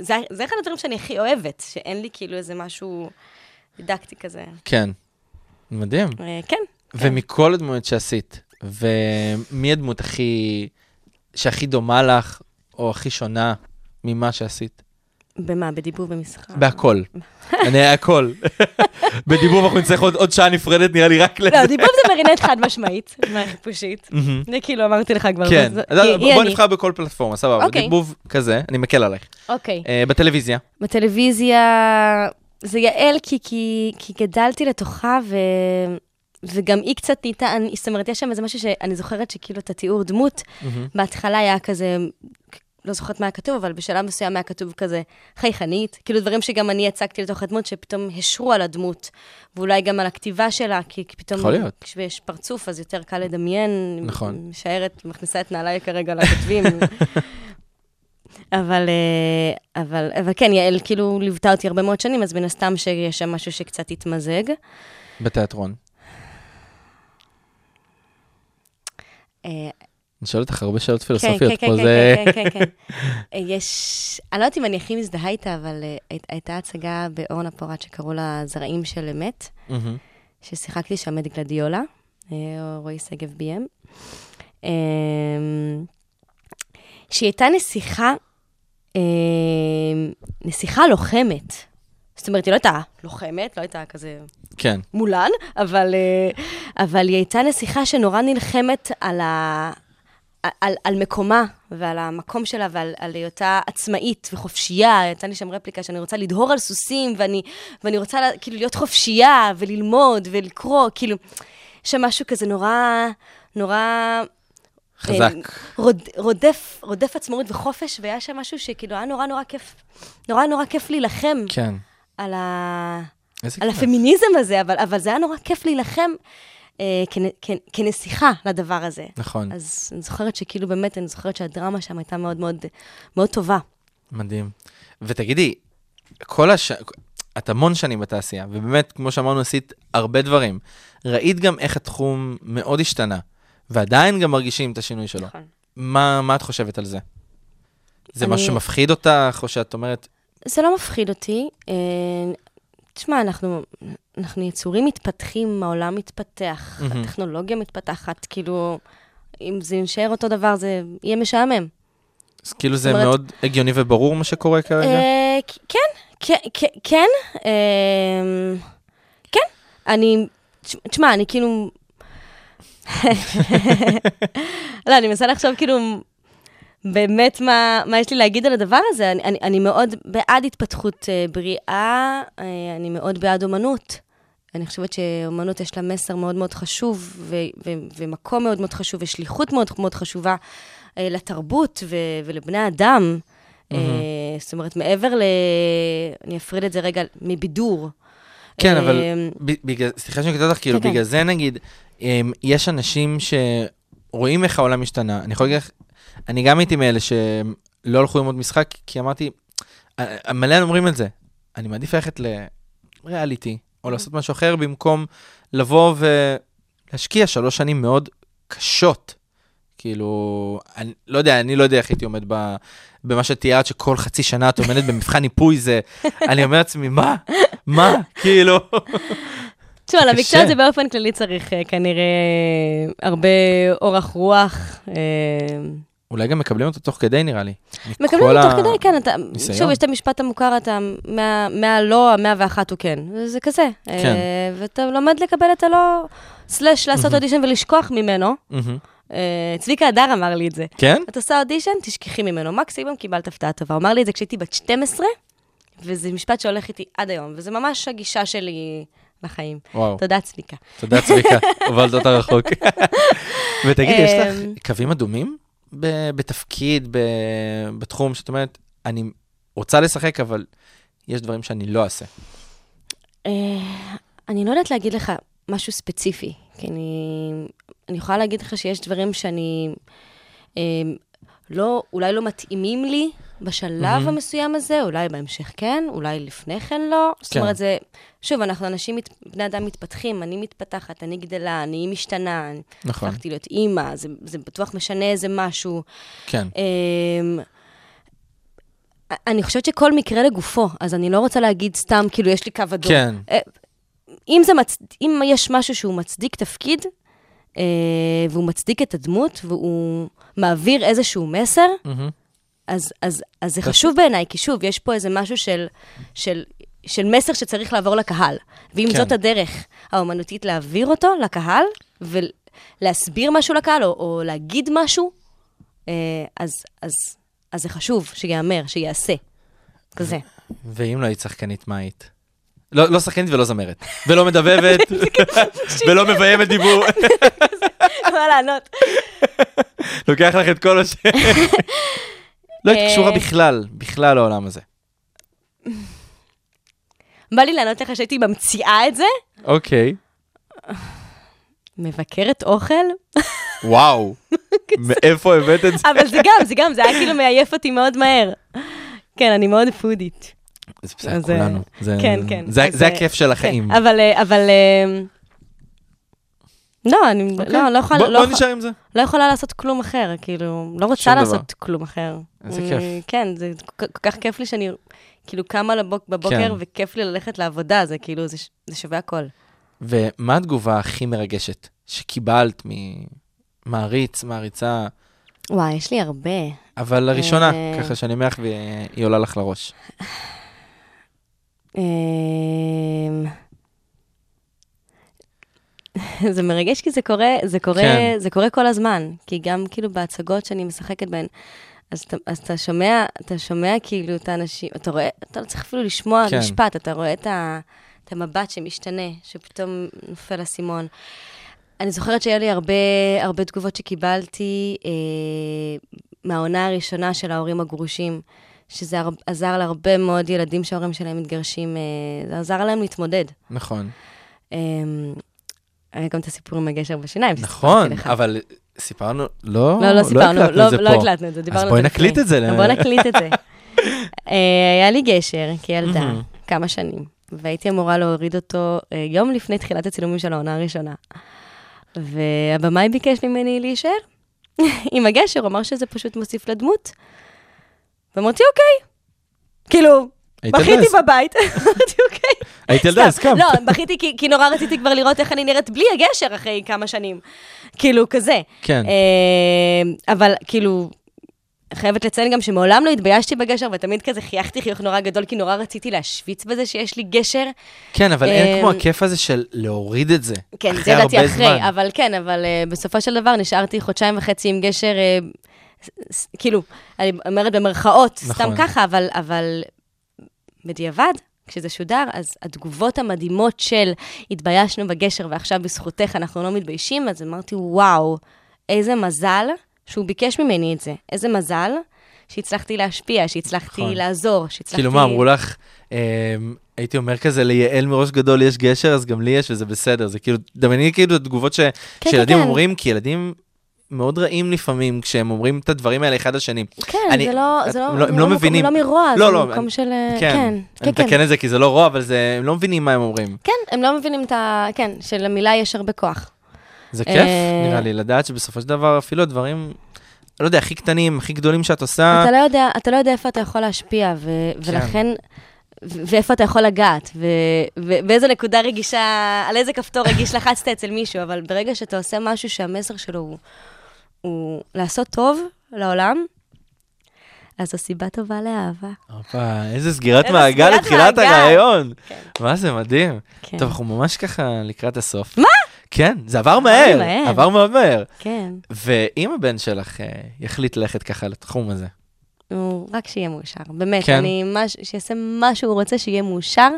זה, זה אחד הדברים שאני הכי אוהבת, שאין לי כאילו איזה משהו דידקטי כזה.
כן. מדהים.
אה, כן,
ומכל הדמויות שעשית, ומי הדמות הכי... שהכי דומה לך, או הכי שונה ממה שעשית?
במה? בדיבור במשחק.
בהכל. אני הכל. בדיבור אנחנו נצטרך עוד עוד שעה נפרדת, נראה לי, רק לזה.
לא, דיבוב זה מרינט חד משמעית, מהחיפושית. זה כאילו אמרתי לך כבר.
כן,
זה-
אז
היא- היא
בוא
אני.
נבחר בכל פלטפורמה, סבבה.
אוקיי.
דיבוב כזה, אני מקל עלייך.
אוקיי.
אה, בטלוויזיה,
בטלוויזיה, זה יעל, כי, כי, כי גדלתי לתוכה, ו, וגם היא קצת נהייתה, אני- זאת אומרת, יש שם איזה משהו שאני זוכרת שכאילו את התיאור דמות, בהתחלה היה כזה, לא זוכרת מה היה כתוב, אבל בשלב מסוים היה כתוב כזה חייכנית, כאילו דברים שגם אני הצגתי לתוך הדמות, שפתאום השרו על הדמות, ואולי גם על הכתיבה שלה, כי כי פתאום...
יכול להיות.
כשיש פרצוף, אז יותר קל לדמיין.
נכון.
משערת, מכניסה את נעליי כרגע לכותבים. אבל, אה, אבל, אבל כן, יעל כאילו ליוותה אותי הרבה מאוד שנים, אז מן הסתם שיש שם משהו שקצת התמזג.
בתיאטרון.
אה,
אני שואל אותך הרבה שאלות
כן,
פילוסופיות
כן, כן,
פה,
כן,
זה...
כן, כן, כן, כן. אה, יש, אני לא יודעת אם אני הכי מזדהה איתה, אבל אה, הי- הייתה הצגה באורנה פורת שקראו לה זרעים של אמת,
מהמם.
ששיחקתי שם את גלדיולה, אה, רועי שגב ביים. אה, שהיא הייתה נסיכה, אה, נסיכה לוחמת. זאת אומרת, היא לא הייתה לוחמת, לא הייתה כזה
כן.
מולן, אבל, אה, אבל היא הייתה נסיכה שנורא נלחמת על, ה, על, על מקומה ועל המקום שלה ועל על היותה עצמאית וחופשייה. הייתה לי שם רפליקה שאני רוצה לדהור על סוסים ואני, ואני רוצה לה, כאילו להיות חופשייה וללמוד ולקרוא, כאילו, יש שם משהו כזה נורא, נורא... אה,
חזק.
רוד, רודף, רודף עצמאות וחופש, והיה שם משהו שכאילו היה נורא נורא כיף, נורא נורא כיף להילחם
כן.
על ה...
איזה
על
כיף.
הפמיניזם הזה, אבל, אבל זה היה נורא כיף להילחם אה, כנ, כ, כנסיכה לדבר הזה.
נכון.
אז אני זוכרת שכאילו באמת, אני זוכרת שהדרמה שם הייתה מאוד מאוד, מאוד טובה.
מדהים. ותגידי, כל הש... את המון שנים בתעשייה, ובאמת, כמו שאמרנו, עשית הרבה דברים. ראית גם איך התחום מאוד השתנה, ועדיין גם מרגישים את השינוי שלו.
נכון.
מה, מה את חושבת על זה? זה
אני-
משהו שמפחיד אותך, או שאת אומרת,
זה לא מפחיד אותי. אה, תשמע, אנחנו, אנחנו יצורים מתפתחים, העולם מתפתח,
מהמם.
הטכנולוגיה מתפתחת, כאילו, אם זה יישאר אותו דבר, זה יהיה משעמם.
אז כאילו זה
זאת אומרת-
מאוד הגיוני וברור מה שקורה כרגע?
אה, כ- כן, כן, כן, כן, אה, כן. אני, תש- תשמע, אני כאילו... לא, אני מנסה לחשוב כאילו באמת מה, מה יש לי להגיד על הדבר הזה. אני, אני, אני מאוד בעד התפתחות אה, בריאה, אה, אני מאוד בעד אומנות. אני חושבת שאומנות יש לה מסר מאוד מאוד חשוב, ו- ו- ומקום מאוד מאוד חשוב, ושליחות מאוד מאוד חשובה אה, לתרבות ו- ולבני אדם. אה, זאת אומרת, מעבר ל... אני אפריד את זה רגע מבידור.
כן, אבל
אה,
ב- בגלל, סליחה שאני קוטע אותך, כאילו,
כן, כן.
בגלל זה נגיד, אמ, יש אנשים שרואים איך העולם השתנה. אני יכול להגיד לך, אני גם הייתי מאלה שלא הלכו ללמוד משחק, כי אמרתי, ה- מלא אומרים את זה, אני מעדיף ללכת לריאליטי,
Mm-hmm.
או לעשות משהו אחר, במקום לבוא ולהשקיע שלוש שנים מאוד קשות. כאילו, אני לא יודע, אני לא יודע איך הייתי עומד ב, במה שתיארת, שכל חצי שנה את עומדת במבחן איפוי, זה, אני אומר לעצמי, מה? מה? כאילו...
תשמע,
זה
למקצוע
קשה.
הזה באופן כללי צריך אה, כנראה הרבה אורך רוח. אה,
אולי גם מקבלים אותו תוך כדי, נראה לי.
מקבלים
מכל
אותו תוך
ה-
כדי, כן, אתה,
ניסיון.
שוב, יש את המשפט המוכר, אתה מה- מהלא, המאה ואחת הוא כן. זה- זה כזה.
כן.
אה, ואתה לומד לקבל את הלא, סלאש לעשות אודישן ולשכוח ממנו.
מהמם.
אה, צביקה הדר אמר לי את זה.
כן?
את עושה אודישן, תשכחי ממנו. מקסימום קיבלת הפתעה טובה. הוא אמר לי את זה כשהייתי בת 12, וזה משפט שהולך איתי עד היום, וזה ממש הגישה שלי לחיים.
וואו.
תודה, צביקה.
תודה, צביקה. הובלת אותה רחוק. ותגידי, יש
אמ,
לך קווים אדומים ב- בתפקיד, ב- בתחום שאת אומרת, אני רוצה לשחק, אבל יש דברים שאני לא אעשה.
אה, אני לא יודעת להגיד לך משהו ספציפי, כי אני, אני יכולה להגיד לך שיש דברים שאני אה, לא, אולי לא מתאימים לי בשלב
מהמם.
המסוים הזה, אולי בהמשך כן, אולי לפני כן לא. זאת
כן.
אומרת, זה, שוב, אנחנו אנשים, מת- בני אדם מתפתחים, אני מתפתחת, אני גדלה, אני משתנה, אני
נכון,
הפכתי להיות אימא, זה, זה בטוח משנה איזה משהו.
כן.
אמ, אני חושבת שכל מקרה לגופו, אז אני לא רוצה להגיד סתם, כאילו, יש לי קו אדום.
כן.
אה, אם, זה מצ... אם יש משהו שהוא מצדיק תפקיד, אה, והוא מצדיק את הדמות, והוא מעביר איזשהו מסר,
מהמם.
אז, אז, אז זה חשוב בעיניי, כי שוב, יש פה איזה משהו של, של, של מסר שצריך לעבור לקהל. ואם
כן.
כן. זאת הדרך האומנותית להעביר אותו לקהל, ולהסביר משהו לקהל, או, או להגיד משהו, אה, אז, אז, אז זה חשוב שייאמר, שייעשה. כזה.
ואם לא היית שחקנית, מה היית? לא לא שחקנית ולא זמרת, ולא מדבבת, ולא מביימת דיבור.
מה לענות?
לוקח לך את כל הש... לא
אה,
היית קשורה בכלל, בכלל לעולם הזה.
בא לי לענות לך שהייתי ממציאה את זה?
אוקיי.
מבקרת אוכל?
וואו, מאיפה הבאת את זה?
אבל זה גם, זה גם, זה היה כאילו מעייף אותי מאוד מהר. כן, אני מאוד פודית.
זה בסדר,
אז, אה,
כולנו. זה-
כן, כן.
זה-
אז,
זה
אה,
הכיף של החיים.
כן, אבל, אה, אבל... אה, לא, אני
אוקיי.
לא, לא, יכולה,
בוא-
לא,
בוא
יכול-
נשאר עם זה.
לא יכולה לעשות כלום אחר, כאילו, לא
שום
רוצה
דבר.
לעשות כלום אחר.
איזה
אני-
כיף.
כן, זה כל כל כך כיף לי שאני כאילו קמה לבוק, בבוקר
כן.
וכיף לי ללכת לעבודה, זה כאילו, זה, ש- זה שווה הכל.
ומה התגובה הכי מרגשת שקיבלת ממעריץ, מעריצה,
וואי, יש לי הרבה.
אבל לראשונה,
אה.
ככה שאני אומר לך והיא עולה לך לראש.
אמ, זה מרגש כי זה קורה, זה קורה,
כן.
זה קורה כל הזמן, כי גם כאילו בהצגות שאני משחקת בהן, אז אתה, אז אתה שומע, אתה שומע כאילו את האנשים, אתה רואה, אתה לא צריך אפילו לשמוע
כן.
כן. משפט, אתה רואה את, ה, את המבט שמשתנה, שפתאום נופל אסימון. אני זוכרת שהיה לי הרבה, הרבה תגובות שקיבלתי אה, מהעונה הראשונה של ההורים הגרושים, שזה הר, עזר להרבה מאוד ילדים שההורים שלהם מתגרשים, אה, זה עזר להם להתמודד.
נכון.
אה, היה גם את הסיפור עם הגשר בשיניים.
נכון,
שסיפרתי לך.
אבל סיפרנו, לא
לא, לא סיפרנו,
הקלטנו
לא
את זה
לא
פה.
הקלטנו את זה, דיברנו על
בואי
זה לפני.
נקליט את זה.
בואי נקליט את זה. אה, היה לי גשר כילדה, כמה שנים, והייתי אמורה להוריד אותו אה, יום לפני תחילת הצילומים של העונה הראשונה. והבמאי ביקש ממני להישאר עם הגשר, הוא אמר שזה פשוט מוסיף לדמות. ואמרתי, אוקיי. כאילו,
היית ילדה
בכיתי
אז-
בבית, אמרתי, אוקיי.
היית ילדה, הסכמת.
לא, בכיתי כי, כי נורא רציתי כבר לראות איך אני נראית בלי הגשר אחרי כמה שנים. כאילו, כזה.
כן.
אה, אבל כאילו, חייבת לציין גם שמעולם לא התביישתי בגשר, ותמיד כזה חייכתי חיוך נורא גדול, כי נורא רציתי להשוויץ בזה שיש לי גשר.
כן, אבל אין
אה,
כמו הכיף הזה של להוריד את זה.
כן,
אחרי
זה ידעתי
הרבה
אחרי,
זמן.
אבל כן, אבל uh, בסופו של דבר נשארתי חודשיים וחצי עם גשר, uh, ס, ס, כאילו, אני אומרת במרכאות,
נכון.
נכון. סתם ככה, אבל, אבל בדיעבד, כשזה שודר, אז התגובות המדהימות של התביישנו בגשר ועכשיו בזכותך אנחנו לא מתביישים, אז אמרתי, וואו, איזה מזל שהוא ביקש ממני את זה. איזה מזל שהצלחתי להשפיע, שהצלחתי
נכון.
לעזור, שהצלחתי...
כאילו, מה, אמרו לך, אה, הייתי אומר כזה, ליעל מראש גדול יש גשר, אז גם לי יש, וזה בסדר. זה כאילו, דמייני כאילו תגובות ש...
כן,
שילדים
כן.
אומרים, כי ילדים מאוד רעים לפעמים כשהם אומרים את הדברים האלה אחד לשני.
כן,
אני-
זה לא,
את-
זה לא,
הם
זה
הם לא
ממקום-
מבינים.
לא מרוע,
לא,
זה
לא,
במקום
אני-
של... אה,
כן, אני
כן, כן.
מתקן את זה כי זה לא רוע, אבל זה, הם לא מבינים מה הם אומרים.
כן, הם לא מבינים את ה... כן, שלמילה יש הרבה כוח.
זה כיף,
אה,
נראה לי, לדעת שבסופו של דבר אפילו הדברים, לא יודע, הכי קטנים, הכי גדולים שאת עושה,
אתה לא יודע, אתה לא יודע איפה אתה יכול להשפיע, ו-
כן.
ולכן... ו- ואיפה אתה יכול לגעת, ו- ו- באיזו נקודה רגישה, על איזה כפתור רגיש לחצת אצל מישהו, אבל ברגע שאתה עושה משהו שהמסר שלו הוא, הוא לעשות טוב לעולם, אז זו סיבה טובה לאהבה.
הופה, איזה סגירת
לא- איזה
מעגל
סגירת
לתחילת
מעגל.
הרעיון. מה זה מדהים.
כן.
טוב, אנחנו ממש ככה לקראת הסוף. מה? כן, זה עבר מהר,
לי מהר.
עבר מאוד מהר.
כן,
ואם הבן שלך אה, יחליט ללכת ככה לתחום הזה,
הוא רק שיהיה מאושר, באמת,
כן.
אני, מש- שיעשה מה שהוא רוצה, שיהיה מאושר,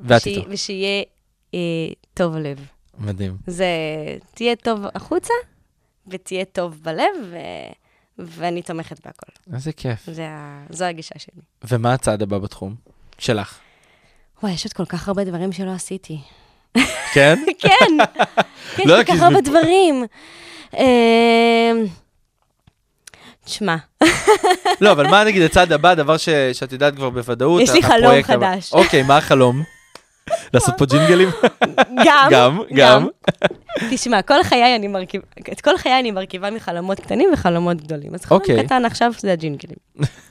ואת
ושי-
איתו,
ושיהיה אה, טוב לב.
מדהים.
זה תהיה טוב החוצה, ותהיה טוב בלב, ו... ואני תומכת בהכל.
איזה כיף.
זה ה... זו הגישה שלי.
ומה הצעד הבא בתחום? שלך.
וואי, יש עוד כל כך הרבה דברים שלא עשיתי.
כן?
כן, כן, יש
לא,
כל
כי
כך
זה
הרבה
מפה.
דברים. אמ, תשמע,
לא, אבל מה נגיד הצעד הבא, דבר ש- שאת יודעת כבר בוודאות?
יש לי חלום
הפרויקט הבא.
חדש.
אוקיי, מה החלום? לעשות פה ג'ינגלים?
גם,
גם, גם.
תשמע, כל חיי אני מרכיבה, את כל חיי אני מרכיבה מחלומות קטנים וחלומות גדולים. אז חלום
אוקיי.
קטן עכשיו זה הג'ינגלים.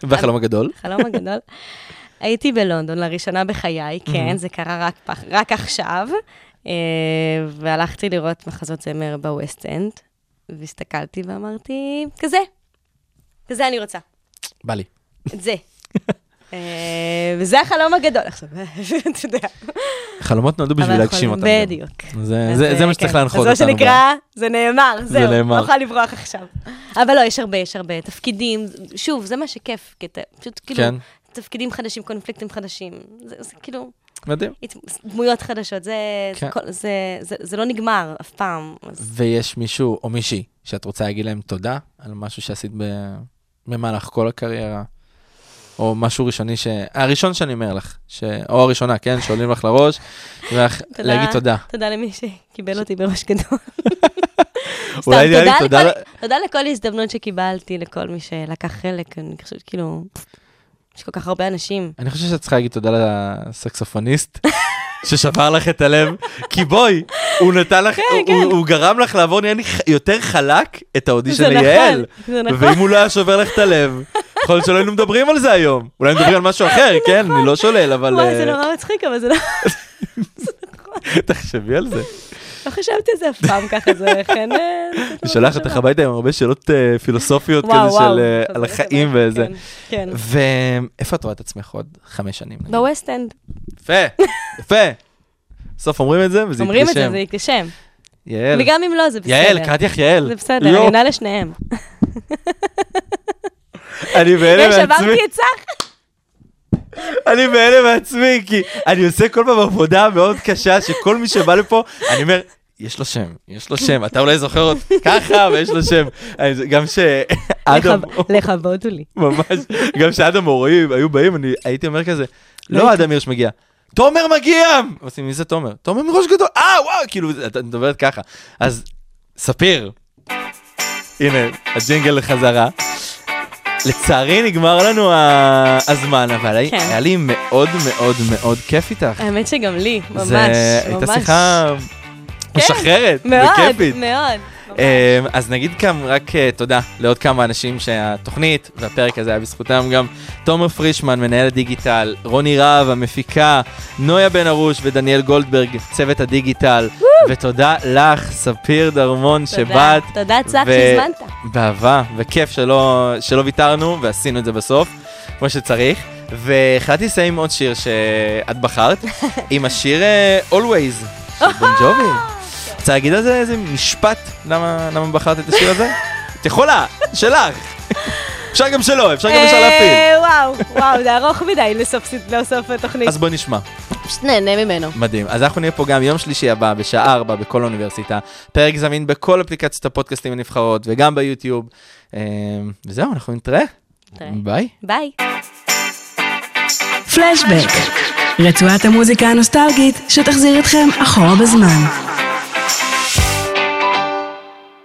והחלום הגדול?
החלום הגדול. הייתי בלונדון לראשונה בחיי,
Mm-hmm.
כן, זה קרה רק, פח- רק עכשיו, אה, והלכתי לראות מחזות זמר בווסט אנד, והסתכלתי ואמרתי, כזה, כזה אני רוצה,
בא לי.
את זה. אה, וזה החלום הגדול עכשיו, אתה יודע.
חלומות נולדו בשביל
אבל
להגשים אותם.
יכול-
גם.
בדיוק.
זה-
אז,
זה זה
אה,
מה שצריך
כן.
להנחות
אז
אותנו.
זה שנקרא, זה נאמר, זהו.
נאמר.
לא יכולה לברוח עכשיו. אבל לא, יש הרבה, יש הרבה. תפקידים, שוב, זה מה שכיף, כי אתה פשוט כאילו,
כן.
תפקידים חדשים, קונפליקטים חדשים. זה זה כאילו,
ב- מדהים.
הת- דמויות חדשות, זה- זה
כן.
כל- זה- זה- זה לא נגמר אף פעם. אז
ויש מישהו או מישהי שאת רוצה להגיד להם תודה על משהו שעשית ב- במהלך כל הקריירה, או משהו ראשוני ש... הראשון שאני אומר לך, ש... או הראשונה, כן, שעולים לך לראש, ואח-
תודה.
להגיד תודה.
תודה למי שקיבל אותי בראש גדול. סתם,
אולי נראה לי
תודה
תודה
לכל- תודה לכל הזדמנות שקיבלתי, לכל מי שלקח חלק, אני חושבת כאילו, יש כל כך הרבה אנשים.
אני חושב שאת צריכה להגיד תודה לסקסופוניסט. ששבר לך את הלב, כי בואי, הוא נתן לך, הוא-
כן.
הוא- הוא גרם לך לעבור נהיה לי ח- יותר חלק את האודישן
זה נכון,
ליעל.
זה נכון.
ואם הוא לא היה שובר לך את הלב, יכול להיות שלא היינו מדברים על זה היום. אולי היינו מדברים על משהו אחר, כן? אני לא שולל, אבל...
נכון. וואי, זה
אה,
נורא מצחיק, אבל זה לא...
תחשבי על זה.
לא חשבתי על זה אף פעם ככה, זה לכן... אה,
אני שולח אותך הביתה עם הרבה שאלות אה, פילוסופיות
וואו,
כזה
וואו,
של אה,
טוב,
על
זה לא
החיים
סבבה,
וזה.
כן, כן.
ואיפה את רואה את עצמך עוד חמש שנים? נגיד?
בווסט אנד.
יפה, יפה. בסוף אומרים את זה, וזה
אומרים את זה,
יתגשם.
זה יתגשם.
יעל,
וגם אם לא, זה בסדר.
יעל, קראתי לך יעל.
זה בסדר,
לא,
אני עונה לשניהם.
אני בהלם
יש,
מעצמי,
עברתי את סך.
אני בהלם מעצמי, כי אני עושה כל פעם עבודה מאוד קשה, שכל מי שבא לפה, אני אומר, יש לו שם, יש לו שם, אתה אולי זוכר עוד ככה, ויש לו שם. אני- גם שאדם...
לכב- לכבוד הוא לי.
ממש, גם שאדם או רועי היו באים, אני הייתי אומר כזה, לא אדם הירש מגיע, תומר מגיע! עושים, מי זה תומר? תומר מראש גדול, אה, וואו, כאילו, את את מדברת ככה. אז, ספיר. הנה, הג'ינגל לחזרה. לצערי נגמר לנו ה- הזמן, אבל היה-
כן.
היה לי מאוד מאוד מאוד כיף איתך.
האמת שגם לי, אה, ממש,
זה הייתה
ממש. כן,
שיחה משחררת
מאוד,
וכיפית.
מאוד.
אמ, אז נגיד כאן רק אה, תודה לעוד כמה אנשים שהתוכנית והפרק הזה היה בזכותם גם תומר פרישמן, מנהל הדיגיטל, רוני רהב, המפיקה, נויה בן ארוש ודניאל גולדברג, צוות הדיגיטל, ותודה לך, ספיר דרמון,
תודה,
שבאת.
תודה, צח,
ו-
שהזמנת.
באהבה, וכיף שלא, שלא ויתרנו ועשינו את זה בסוף, כמו שצריך. והחלטתי לסיים עם עוד שיר שאת בחרת, עם השיר אה, Always של בון ג'ובי. רוצה להגיד על זה איזה משפט, למה, למה בחרת את השיר הזה? את יכולה, שלך. אפשר גם שלא, אפשר גם אפשר להפיל.
אה, וואו, וואו, זה ארוך מדי לסוף לסוף התוכנית.
אז בוא נשמע.
פשוט נהנה ממנו.
מדהים. אז אנחנו נהיה פה גם יום שלישי הבא, בשעה 4 בכל אוניברסיטה. פרק זמין בכל אפליקציות הפודקאסטים הנבחרות וגם ביוטיוב. אה, וזהו, אנחנו נתראה.
נתראה.
ביי.
ביי.
פלשבק, רצועת המוזיקה הנוסטלגית שתחזיר אתכם אחורה בזמן.